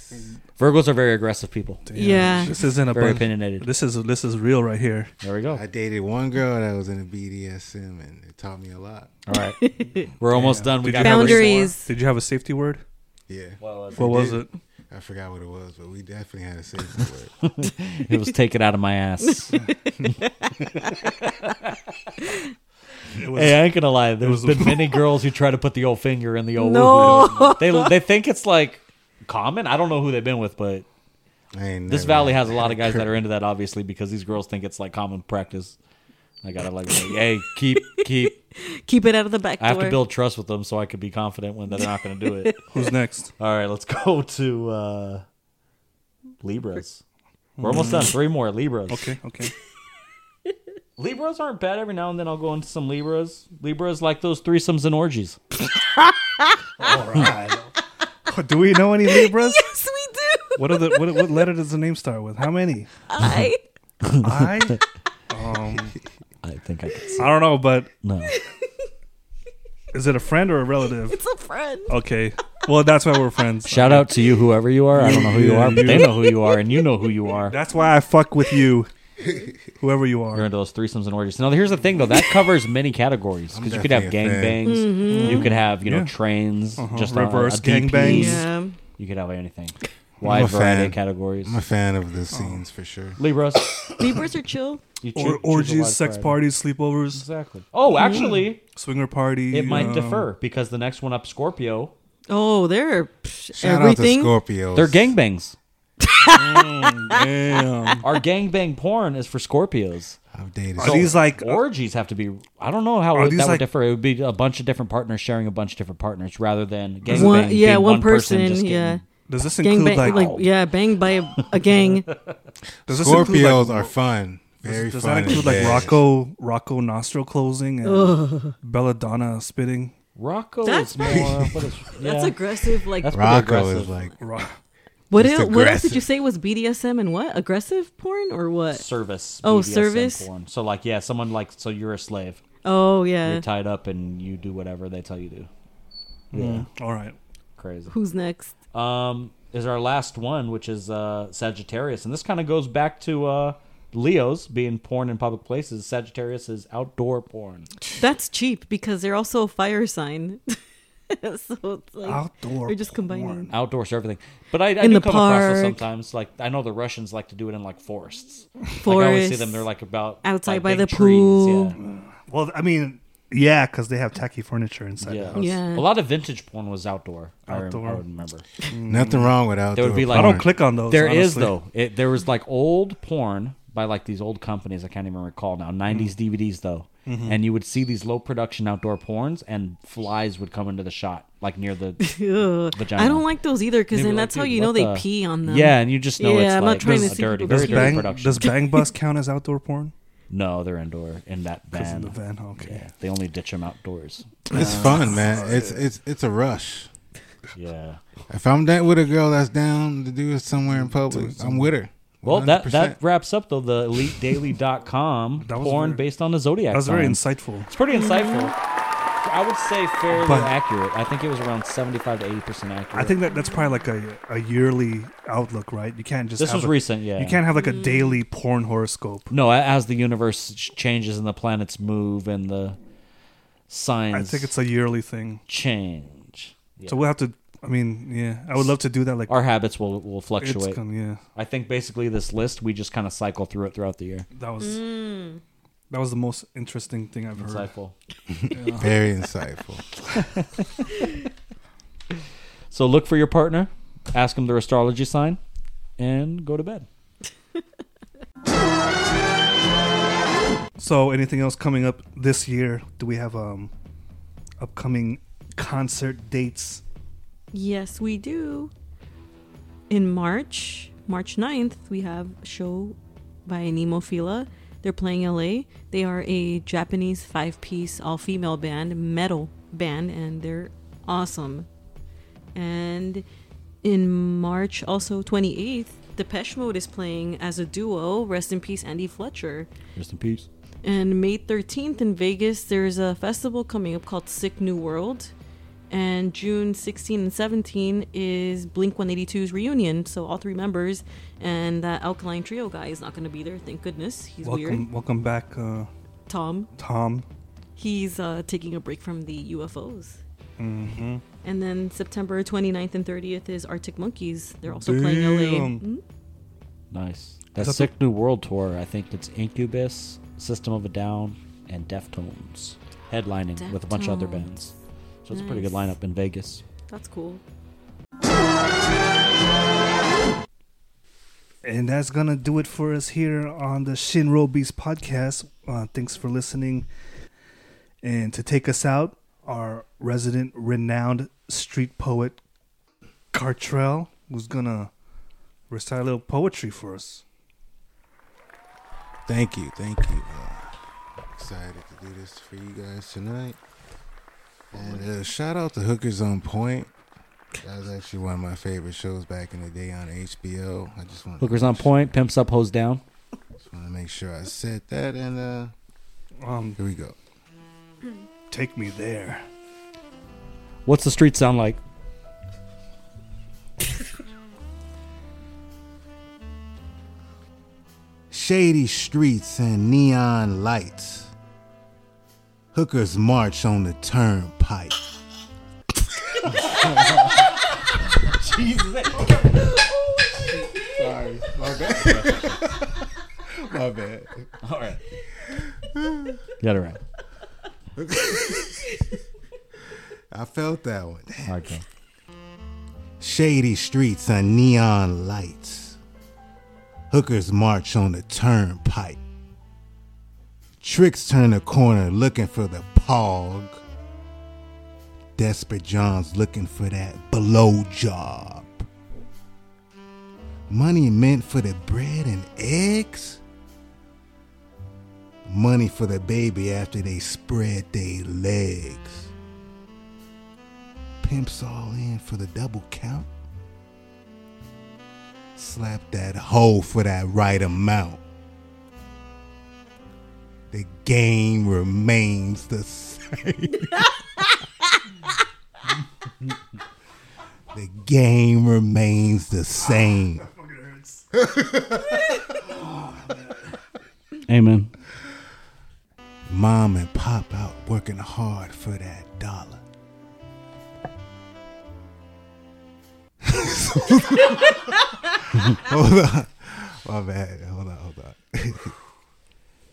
Speaker 6: Virgos are very aggressive people.
Speaker 4: Yeah.
Speaker 3: This isn't a
Speaker 6: Very
Speaker 3: bunch.
Speaker 6: opinionated.
Speaker 3: This is this is real right here.
Speaker 6: There we go.
Speaker 5: I dated one girl that was in a BDSM, and it taught me a lot.
Speaker 6: All right. We're almost done. We
Speaker 3: Did you
Speaker 6: got
Speaker 3: have a-
Speaker 4: Boundaries.
Speaker 3: Did you have a safety word?
Speaker 5: Yeah,
Speaker 3: What was
Speaker 5: did.
Speaker 3: it?
Speaker 5: I forgot what it was, but we definitely had a safety word.
Speaker 6: It was take it out of my ass.
Speaker 3: It was
Speaker 6: hey, I ain't gonna lie.
Speaker 3: was
Speaker 6: There's
Speaker 3: a-
Speaker 6: been many girls who try to put the old finger in the old.
Speaker 4: No.
Speaker 6: woo-hoo. They they think it's like common. I don't know who they've been with, but
Speaker 5: I ain't
Speaker 6: this
Speaker 5: never-
Speaker 6: valley has a lot of guys that are into that, obviously, because these girls think it's like common practice. I gotta like, like, hey, keep keep.
Speaker 4: Keep it out of the back
Speaker 6: I have to
Speaker 4: door.
Speaker 6: build trust with them so I can be confident when they're not gonna do it.
Speaker 3: who's next?
Speaker 6: All right, let's go to uh, Libras. We're almost done. Three more Libras.
Speaker 3: Okay, okay.
Speaker 6: Libras aren't bad. Every now and then I'll go into some Libras. Libras like those threesomes and orgies.
Speaker 3: All right. Do we know any Libras?
Speaker 4: Yes, we do.
Speaker 3: What are the what, what letter does the name start with? How many?
Speaker 4: I.
Speaker 3: I Um,
Speaker 6: I think I could.
Speaker 3: I don't know, but
Speaker 6: No.
Speaker 3: Is it a friend or a relative?
Speaker 4: It's a friend.
Speaker 3: Okay. Well, that's why we're friends.
Speaker 6: Shout out to you, whoever you are. I don't know who you
Speaker 3: Yeah,
Speaker 6: are, but
Speaker 3: you.
Speaker 6: they know who you are, and you know who you are.
Speaker 3: That's why I fuck with you, whoever you
Speaker 6: You're
Speaker 3: are.
Speaker 6: into those threesomes and orgies. Now, here's the thing, though. That covers many categories because you could have
Speaker 5: definitely a fan.
Speaker 6: gang
Speaker 5: Uh-huh.
Speaker 6: bangs. You could have, you know,
Speaker 3: Yeah.
Speaker 6: trains. Just
Speaker 3: Reverse
Speaker 6: a, a DP.
Speaker 3: gangbangs.
Speaker 4: Yeah.
Speaker 6: You could have anything. Wide
Speaker 5: a
Speaker 6: variety
Speaker 5: fan.
Speaker 6: of categories.
Speaker 5: I'm a fan
Speaker 3: Oh.
Speaker 5: of the scenes for sure.
Speaker 6: Libras.
Speaker 4: Libras are chill.
Speaker 6: You choo-
Speaker 3: Or
Speaker 6: choose a wide
Speaker 3: orgies, sex
Speaker 6: variety.
Speaker 3: parties, sleepovers,
Speaker 6: Exactly. Oh, actually,
Speaker 3: swinger party.
Speaker 6: it might
Speaker 3: um,
Speaker 6: defer because the next one up, Scorpio,
Speaker 4: Oh, they're psh,
Speaker 5: Shout
Speaker 4: everything.
Speaker 5: out to Scorpios.
Speaker 6: they're gangbangs.
Speaker 3: Damn.
Speaker 6: Our gangbang porn is for Scorpios.
Speaker 5: I've dated.
Speaker 3: Are these like
Speaker 6: orgies have to be. I don't know how
Speaker 3: Are
Speaker 6: it-
Speaker 3: these
Speaker 6: that
Speaker 3: like-
Speaker 6: would differ. It would be a bunch of different partners sharing a bunch of different partners rather than gangbang.
Speaker 4: One, yeah,
Speaker 6: being
Speaker 4: one,
Speaker 6: one
Speaker 4: person.
Speaker 6: just getting-
Speaker 4: yeah,
Speaker 3: does this
Speaker 4: gang
Speaker 3: include
Speaker 4: bang.
Speaker 3: like,
Speaker 4: Like, yeah, bang by a, a gang.
Speaker 3: does this include like
Speaker 5: Scorpios are fun. Very
Speaker 3: Does
Speaker 5: fun.
Speaker 3: that
Speaker 5: and
Speaker 3: include like
Speaker 5: bad.
Speaker 3: Rocco Rocco nostril closing and Belladonna spitting?
Speaker 6: Rocco
Speaker 4: That's
Speaker 6: is more. what is, yeah,
Speaker 4: That's aggressive. Like,
Speaker 6: That's pretty
Speaker 5: Rocco is
Speaker 6: aggressive.
Speaker 5: like
Speaker 3: Ro-
Speaker 4: what?
Speaker 5: it's
Speaker 4: el- what else did
Speaker 5: aggressive.
Speaker 4: you say was BDSM and what? Aggressive porn or what?
Speaker 6: service.
Speaker 4: Oh,
Speaker 6: BDSM
Speaker 4: service?
Speaker 6: Porn. So like, yeah, someone like so you're a slave.
Speaker 4: Oh
Speaker 6: You're
Speaker 4: yeah.
Speaker 6: tied up and you do whatever they tell you to. Yeah,
Speaker 3: All right.
Speaker 6: crazy.
Speaker 4: Who's next?
Speaker 6: um, is our last one, which is uh, Sagittarius, and this kind of goes back to uh, Leo's being porn in public places. Sagittarius is outdoor porn.
Speaker 4: That's cheap because they're also a fire sign. so it's like
Speaker 3: Outdoor
Speaker 4: They're just combining.
Speaker 3: porn.
Speaker 6: Outdoors, everything. But I, I
Speaker 4: In
Speaker 6: do
Speaker 4: the
Speaker 6: come across this
Speaker 4: park.
Speaker 6: sometimes. Like I know the Russians like to do it in like forests. Like I always see
Speaker 4: forests.
Speaker 6: them. They're like about
Speaker 4: Outside
Speaker 6: like,
Speaker 4: by
Speaker 6: big
Speaker 4: the
Speaker 6: trees,
Speaker 4: pool.
Speaker 6: yeah.
Speaker 3: Well, I mean, yeah, because they have tacky furniture inside. the
Speaker 6: Yeah.
Speaker 3: house.
Speaker 4: Yeah.
Speaker 6: A lot of vintage porn was outdoor. Outdoor. I,
Speaker 3: Outdoor.
Speaker 6: would remember.
Speaker 5: nothing wrong with outdoor.
Speaker 6: There would be like
Speaker 3: I don't click on those.
Speaker 6: There is
Speaker 3: honestly.
Speaker 6: though. It, there was like old porn by like these old companies. I can't even recall now. '90s
Speaker 3: Mm-hmm.
Speaker 6: DVDs though, and you would see these low production outdoor porns, and flies would come into the shot, like near the
Speaker 4: Ugh.
Speaker 6: vagina.
Speaker 4: I don't like those either because
Speaker 6: They'd be
Speaker 4: then
Speaker 6: like,
Speaker 4: that's how
Speaker 6: "Dude,
Speaker 4: you know
Speaker 6: what
Speaker 4: they
Speaker 6: the-"
Speaker 4: pee on them.
Speaker 6: Yeah, and you just know
Speaker 4: Yeah,
Speaker 6: it's
Speaker 4: I'm not
Speaker 6: like
Speaker 4: trying to
Speaker 6: this is
Speaker 4: see
Speaker 6: a dirty,
Speaker 4: people
Speaker 6: very
Speaker 3: Does
Speaker 4: do
Speaker 6: dirty
Speaker 3: bang
Speaker 6: production.
Speaker 3: does bang bus count as outdoor porn?
Speaker 6: No, they're indoor in that
Speaker 3: Because
Speaker 6: van.
Speaker 3: of the van. Okay.
Speaker 6: Yeah, they only ditch them outdoors.
Speaker 5: it's fun, man. It's it's it's a rush.
Speaker 6: Yeah.
Speaker 5: If I'm that with a girl that's down to do it somewhere in public, I'm with her.
Speaker 6: Mm, Well, that,
Speaker 5: 100%.
Speaker 6: that wraps up though the elitedaily.com
Speaker 3: That was
Speaker 6: porn
Speaker 3: very-
Speaker 6: based on the zodiac.
Speaker 3: That was very
Speaker 6: signs.
Speaker 3: insightful.
Speaker 6: It's pretty insightful. I would say fairly
Speaker 3: But-
Speaker 6: accurate. I think it was around seventy-five to eighty percent accurate.
Speaker 3: I think that that's probably like a, a yearly outlook, right? You can't just
Speaker 6: this
Speaker 3: have
Speaker 6: was
Speaker 3: a-
Speaker 6: recent. Yeah,
Speaker 3: You can't have like
Speaker 6: Mm.
Speaker 3: a daily porn horoscope.
Speaker 6: No, a- as the universe ch- changes and the planets move and the signs
Speaker 3: I think it's a yearly thing.
Speaker 6: change. Yeah.
Speaker 3: So we'll have to. I mean, yeah, I would love to do that. Like
Speaker 6: Our habits will will
Speaker 3: it's
Speaker 6: fluctuate.
Speaker 3: gonna, yeah.
Speaker 6: I think basically this list we just kind of cycle through it throughout the year.
Speaker 3: That was that was the most interesting thing I've heard.
Speaker 6: Insightful.
Speaker 5: Very insightful.
Speaker 6: So look for your partner, ask them their astrology sign, and go to bed.
Speaker 3: So, anything else coming up this year? Do we have um upcoming concert dates?
Speaker 4: Yes, we do. In March, March 9th, we have a show by Nemophila. They're playing LA. They are a Japanese five piece all female band, metal band, and they're awesome. And in March, also 28th, Depeche Mode is playing as a duo. Rest in peace, Andy Fletcher.
Speaker 6: Rest in peace.
Speaker 4: And May 13th in Vegas, there's a festival coming up called Sick New World. And June 16 and 17 is Blink 182's reunion. So all three members and that Alkaline Trio guy is not going to be there. Thank goodness. He's
Speaker 3: welcome,
Speaker 4: weird.
Speaker 3: welcome back, uh,
Speaker 4: Tom,
Speaker 3: Tom.
Speaker 4: he's uh, taking a break from the UFOs. And then September 29th and 30th is Arctic Monkeys. They're also playing Hmm, LA.
Speaker 3: Damn.
Speaker 6: Nice. That
Speaker 3: that
Speaker 6: Sick New World tour. I think it's Incubus, System of a Down, and Deftones headlining with a bunch of other
Speaker 4: Deftones.
Speaker 6: bands. So it's a pretty good
Speaker 4: Nice.
Speaker 6: lineup in Vegas.
Speaker 4: That's cool.
Speaker 3: And that's gonna do it for us here on the Shinro Beast podcast. Uh, thanks for listening. And to take us out, our resident renowned street poet Cartrell, who's gonna recite a little poetry for us.
Speaker 5: Thank you, thank you. Uh, excited to do this for you guys tonight. And uh, shout out to Hookers on Point. That was actually one of my favorite shows back in the day on HBO. I just want
Speaker 6: Hookers on point, pimps up, hose down.
Speaker 5: just want to make sure I said that. And uh,
Speaker 3: Um,
Speaker 5: here we go.
Speaker 3: take me there.
Speaker 6: What's the street sound like?
Speaker 5: Shady streets and neon lights. Hookers march on the turnpike. Sorry, my bad. my bad.
Speaker 6: All right. Got it right.
Speaker 5: I felt that one.
Speaker 6: All right, go.
Speaker 5: Shady streets and neon lights. Hookers march on the turnpike. Tricks turn the corner looking for the pog. Desperate John's looking for that below job. Money meant for the bread and eggs? Money for the baby after they spread their legs. Pimps all in for the double count. Slap that hoe for that right amount. The game remains the same. the game remains the same.
Speaker 6: Amen.
Speaker 5: Mom and pop out working hard for that dollar. hold on. My bad. Hold on, hold on.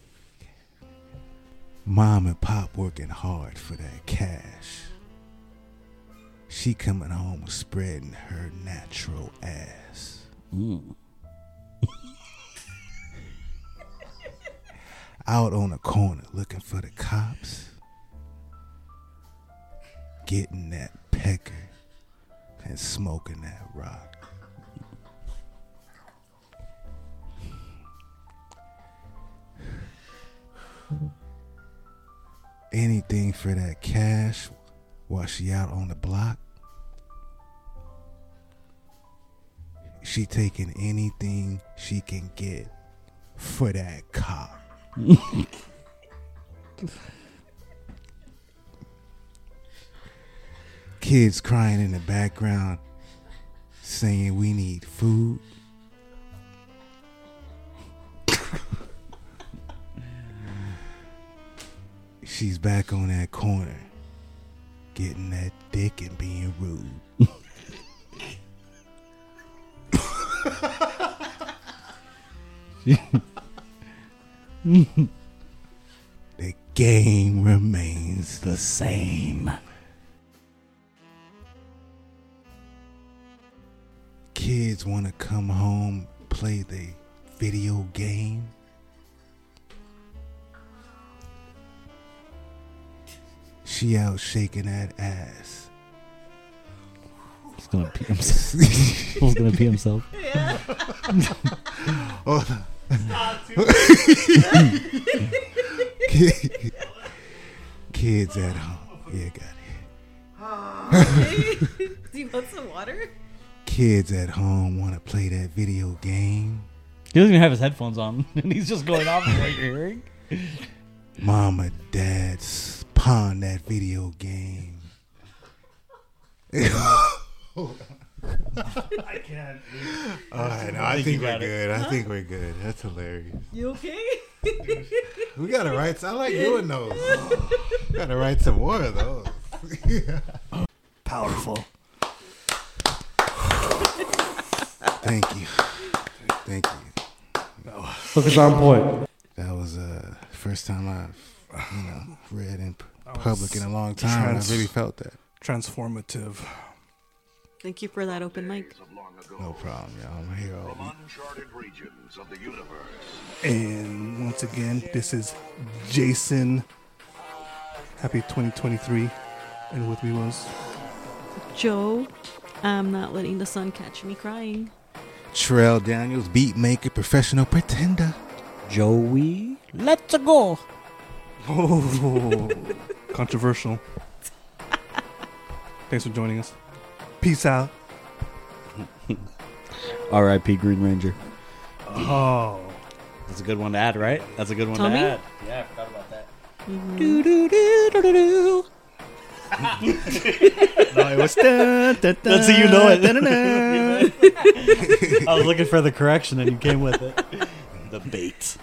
Speaker 5: Mom and pop working hard for that cash. She coming home spreading her natural ass. out on the corner looking for the cops, getting that pecker and smoking that rock. Anything for that cash while she out on the block. She taking anything she can get for that cop. kids crying in the background saying we need food she's back on that corner getting that dick and being rude the game remains the same. Kids want to come home, play the video game. She out shaking that ass.
Speaker 6: He's gonna pee himself. He's gonna pee himself.
Speaker 5: Kids at home. Yeah, got it.
Speaker 4: Do you want some water?
Speaker 5: Kids at home want to play that video game.
Speaker 6: He doesn't even have his headphones on, and he's just going off of what you're hearing.
Speaker 5: Mama, dad, pawn that video game.
Speaker 3: I can't.
Speaker 5: All right, no, I think, we're
Speaker 6: got it.
Speaker 5: good. I think we're good. That's hilarious.
Speaker 4: You okay?
Speaker 5: We gotta write. I like doing those. we gotta write some more of those.
Speaker 3: Powerful.
Speaker 5: Thank you. Thank you.
Speaker 6: Focus on point.
Speaker 5: That was uh first time I've you know read in p- public in a long time. and
Speaker 3: trans-
Speaker 5: I really felt that.
Speaker 3: Transformative.
Speaker 4: Thank you for that open mic.
Speaker 5: No problem, y'all. I'm here all week.
Speaker 1: Uncharted regions of the universe.
Speaker 3: And once again, this is Jason. Happy 2023. And with me was
Speaker 4: Joe, I'm not letting the sun catch me crying.
Speaker 5: Trail Daniels, beat maker, professional pretender.
Speaker 6: Joey, let's go.
Speaker 3: oh, controversial. Thanks for joining us. Peace out.
Speaker 6: R.I.P. Green Ranger.
Speaker 3: Oh,
Speaker 6: That's a good one to add, right? That's a good one
Speaker 4: Tommy?
Speaker 6: to add. Yeah, I forgot about that. Do do do do do.
Speaker 3: No, it was. Dun, dun, dun,
Speaker 8: That's how you know it.
Speaker 3: dun, dun, dun.
Speaker 8: I was looking for the correction and you came with it. The bait.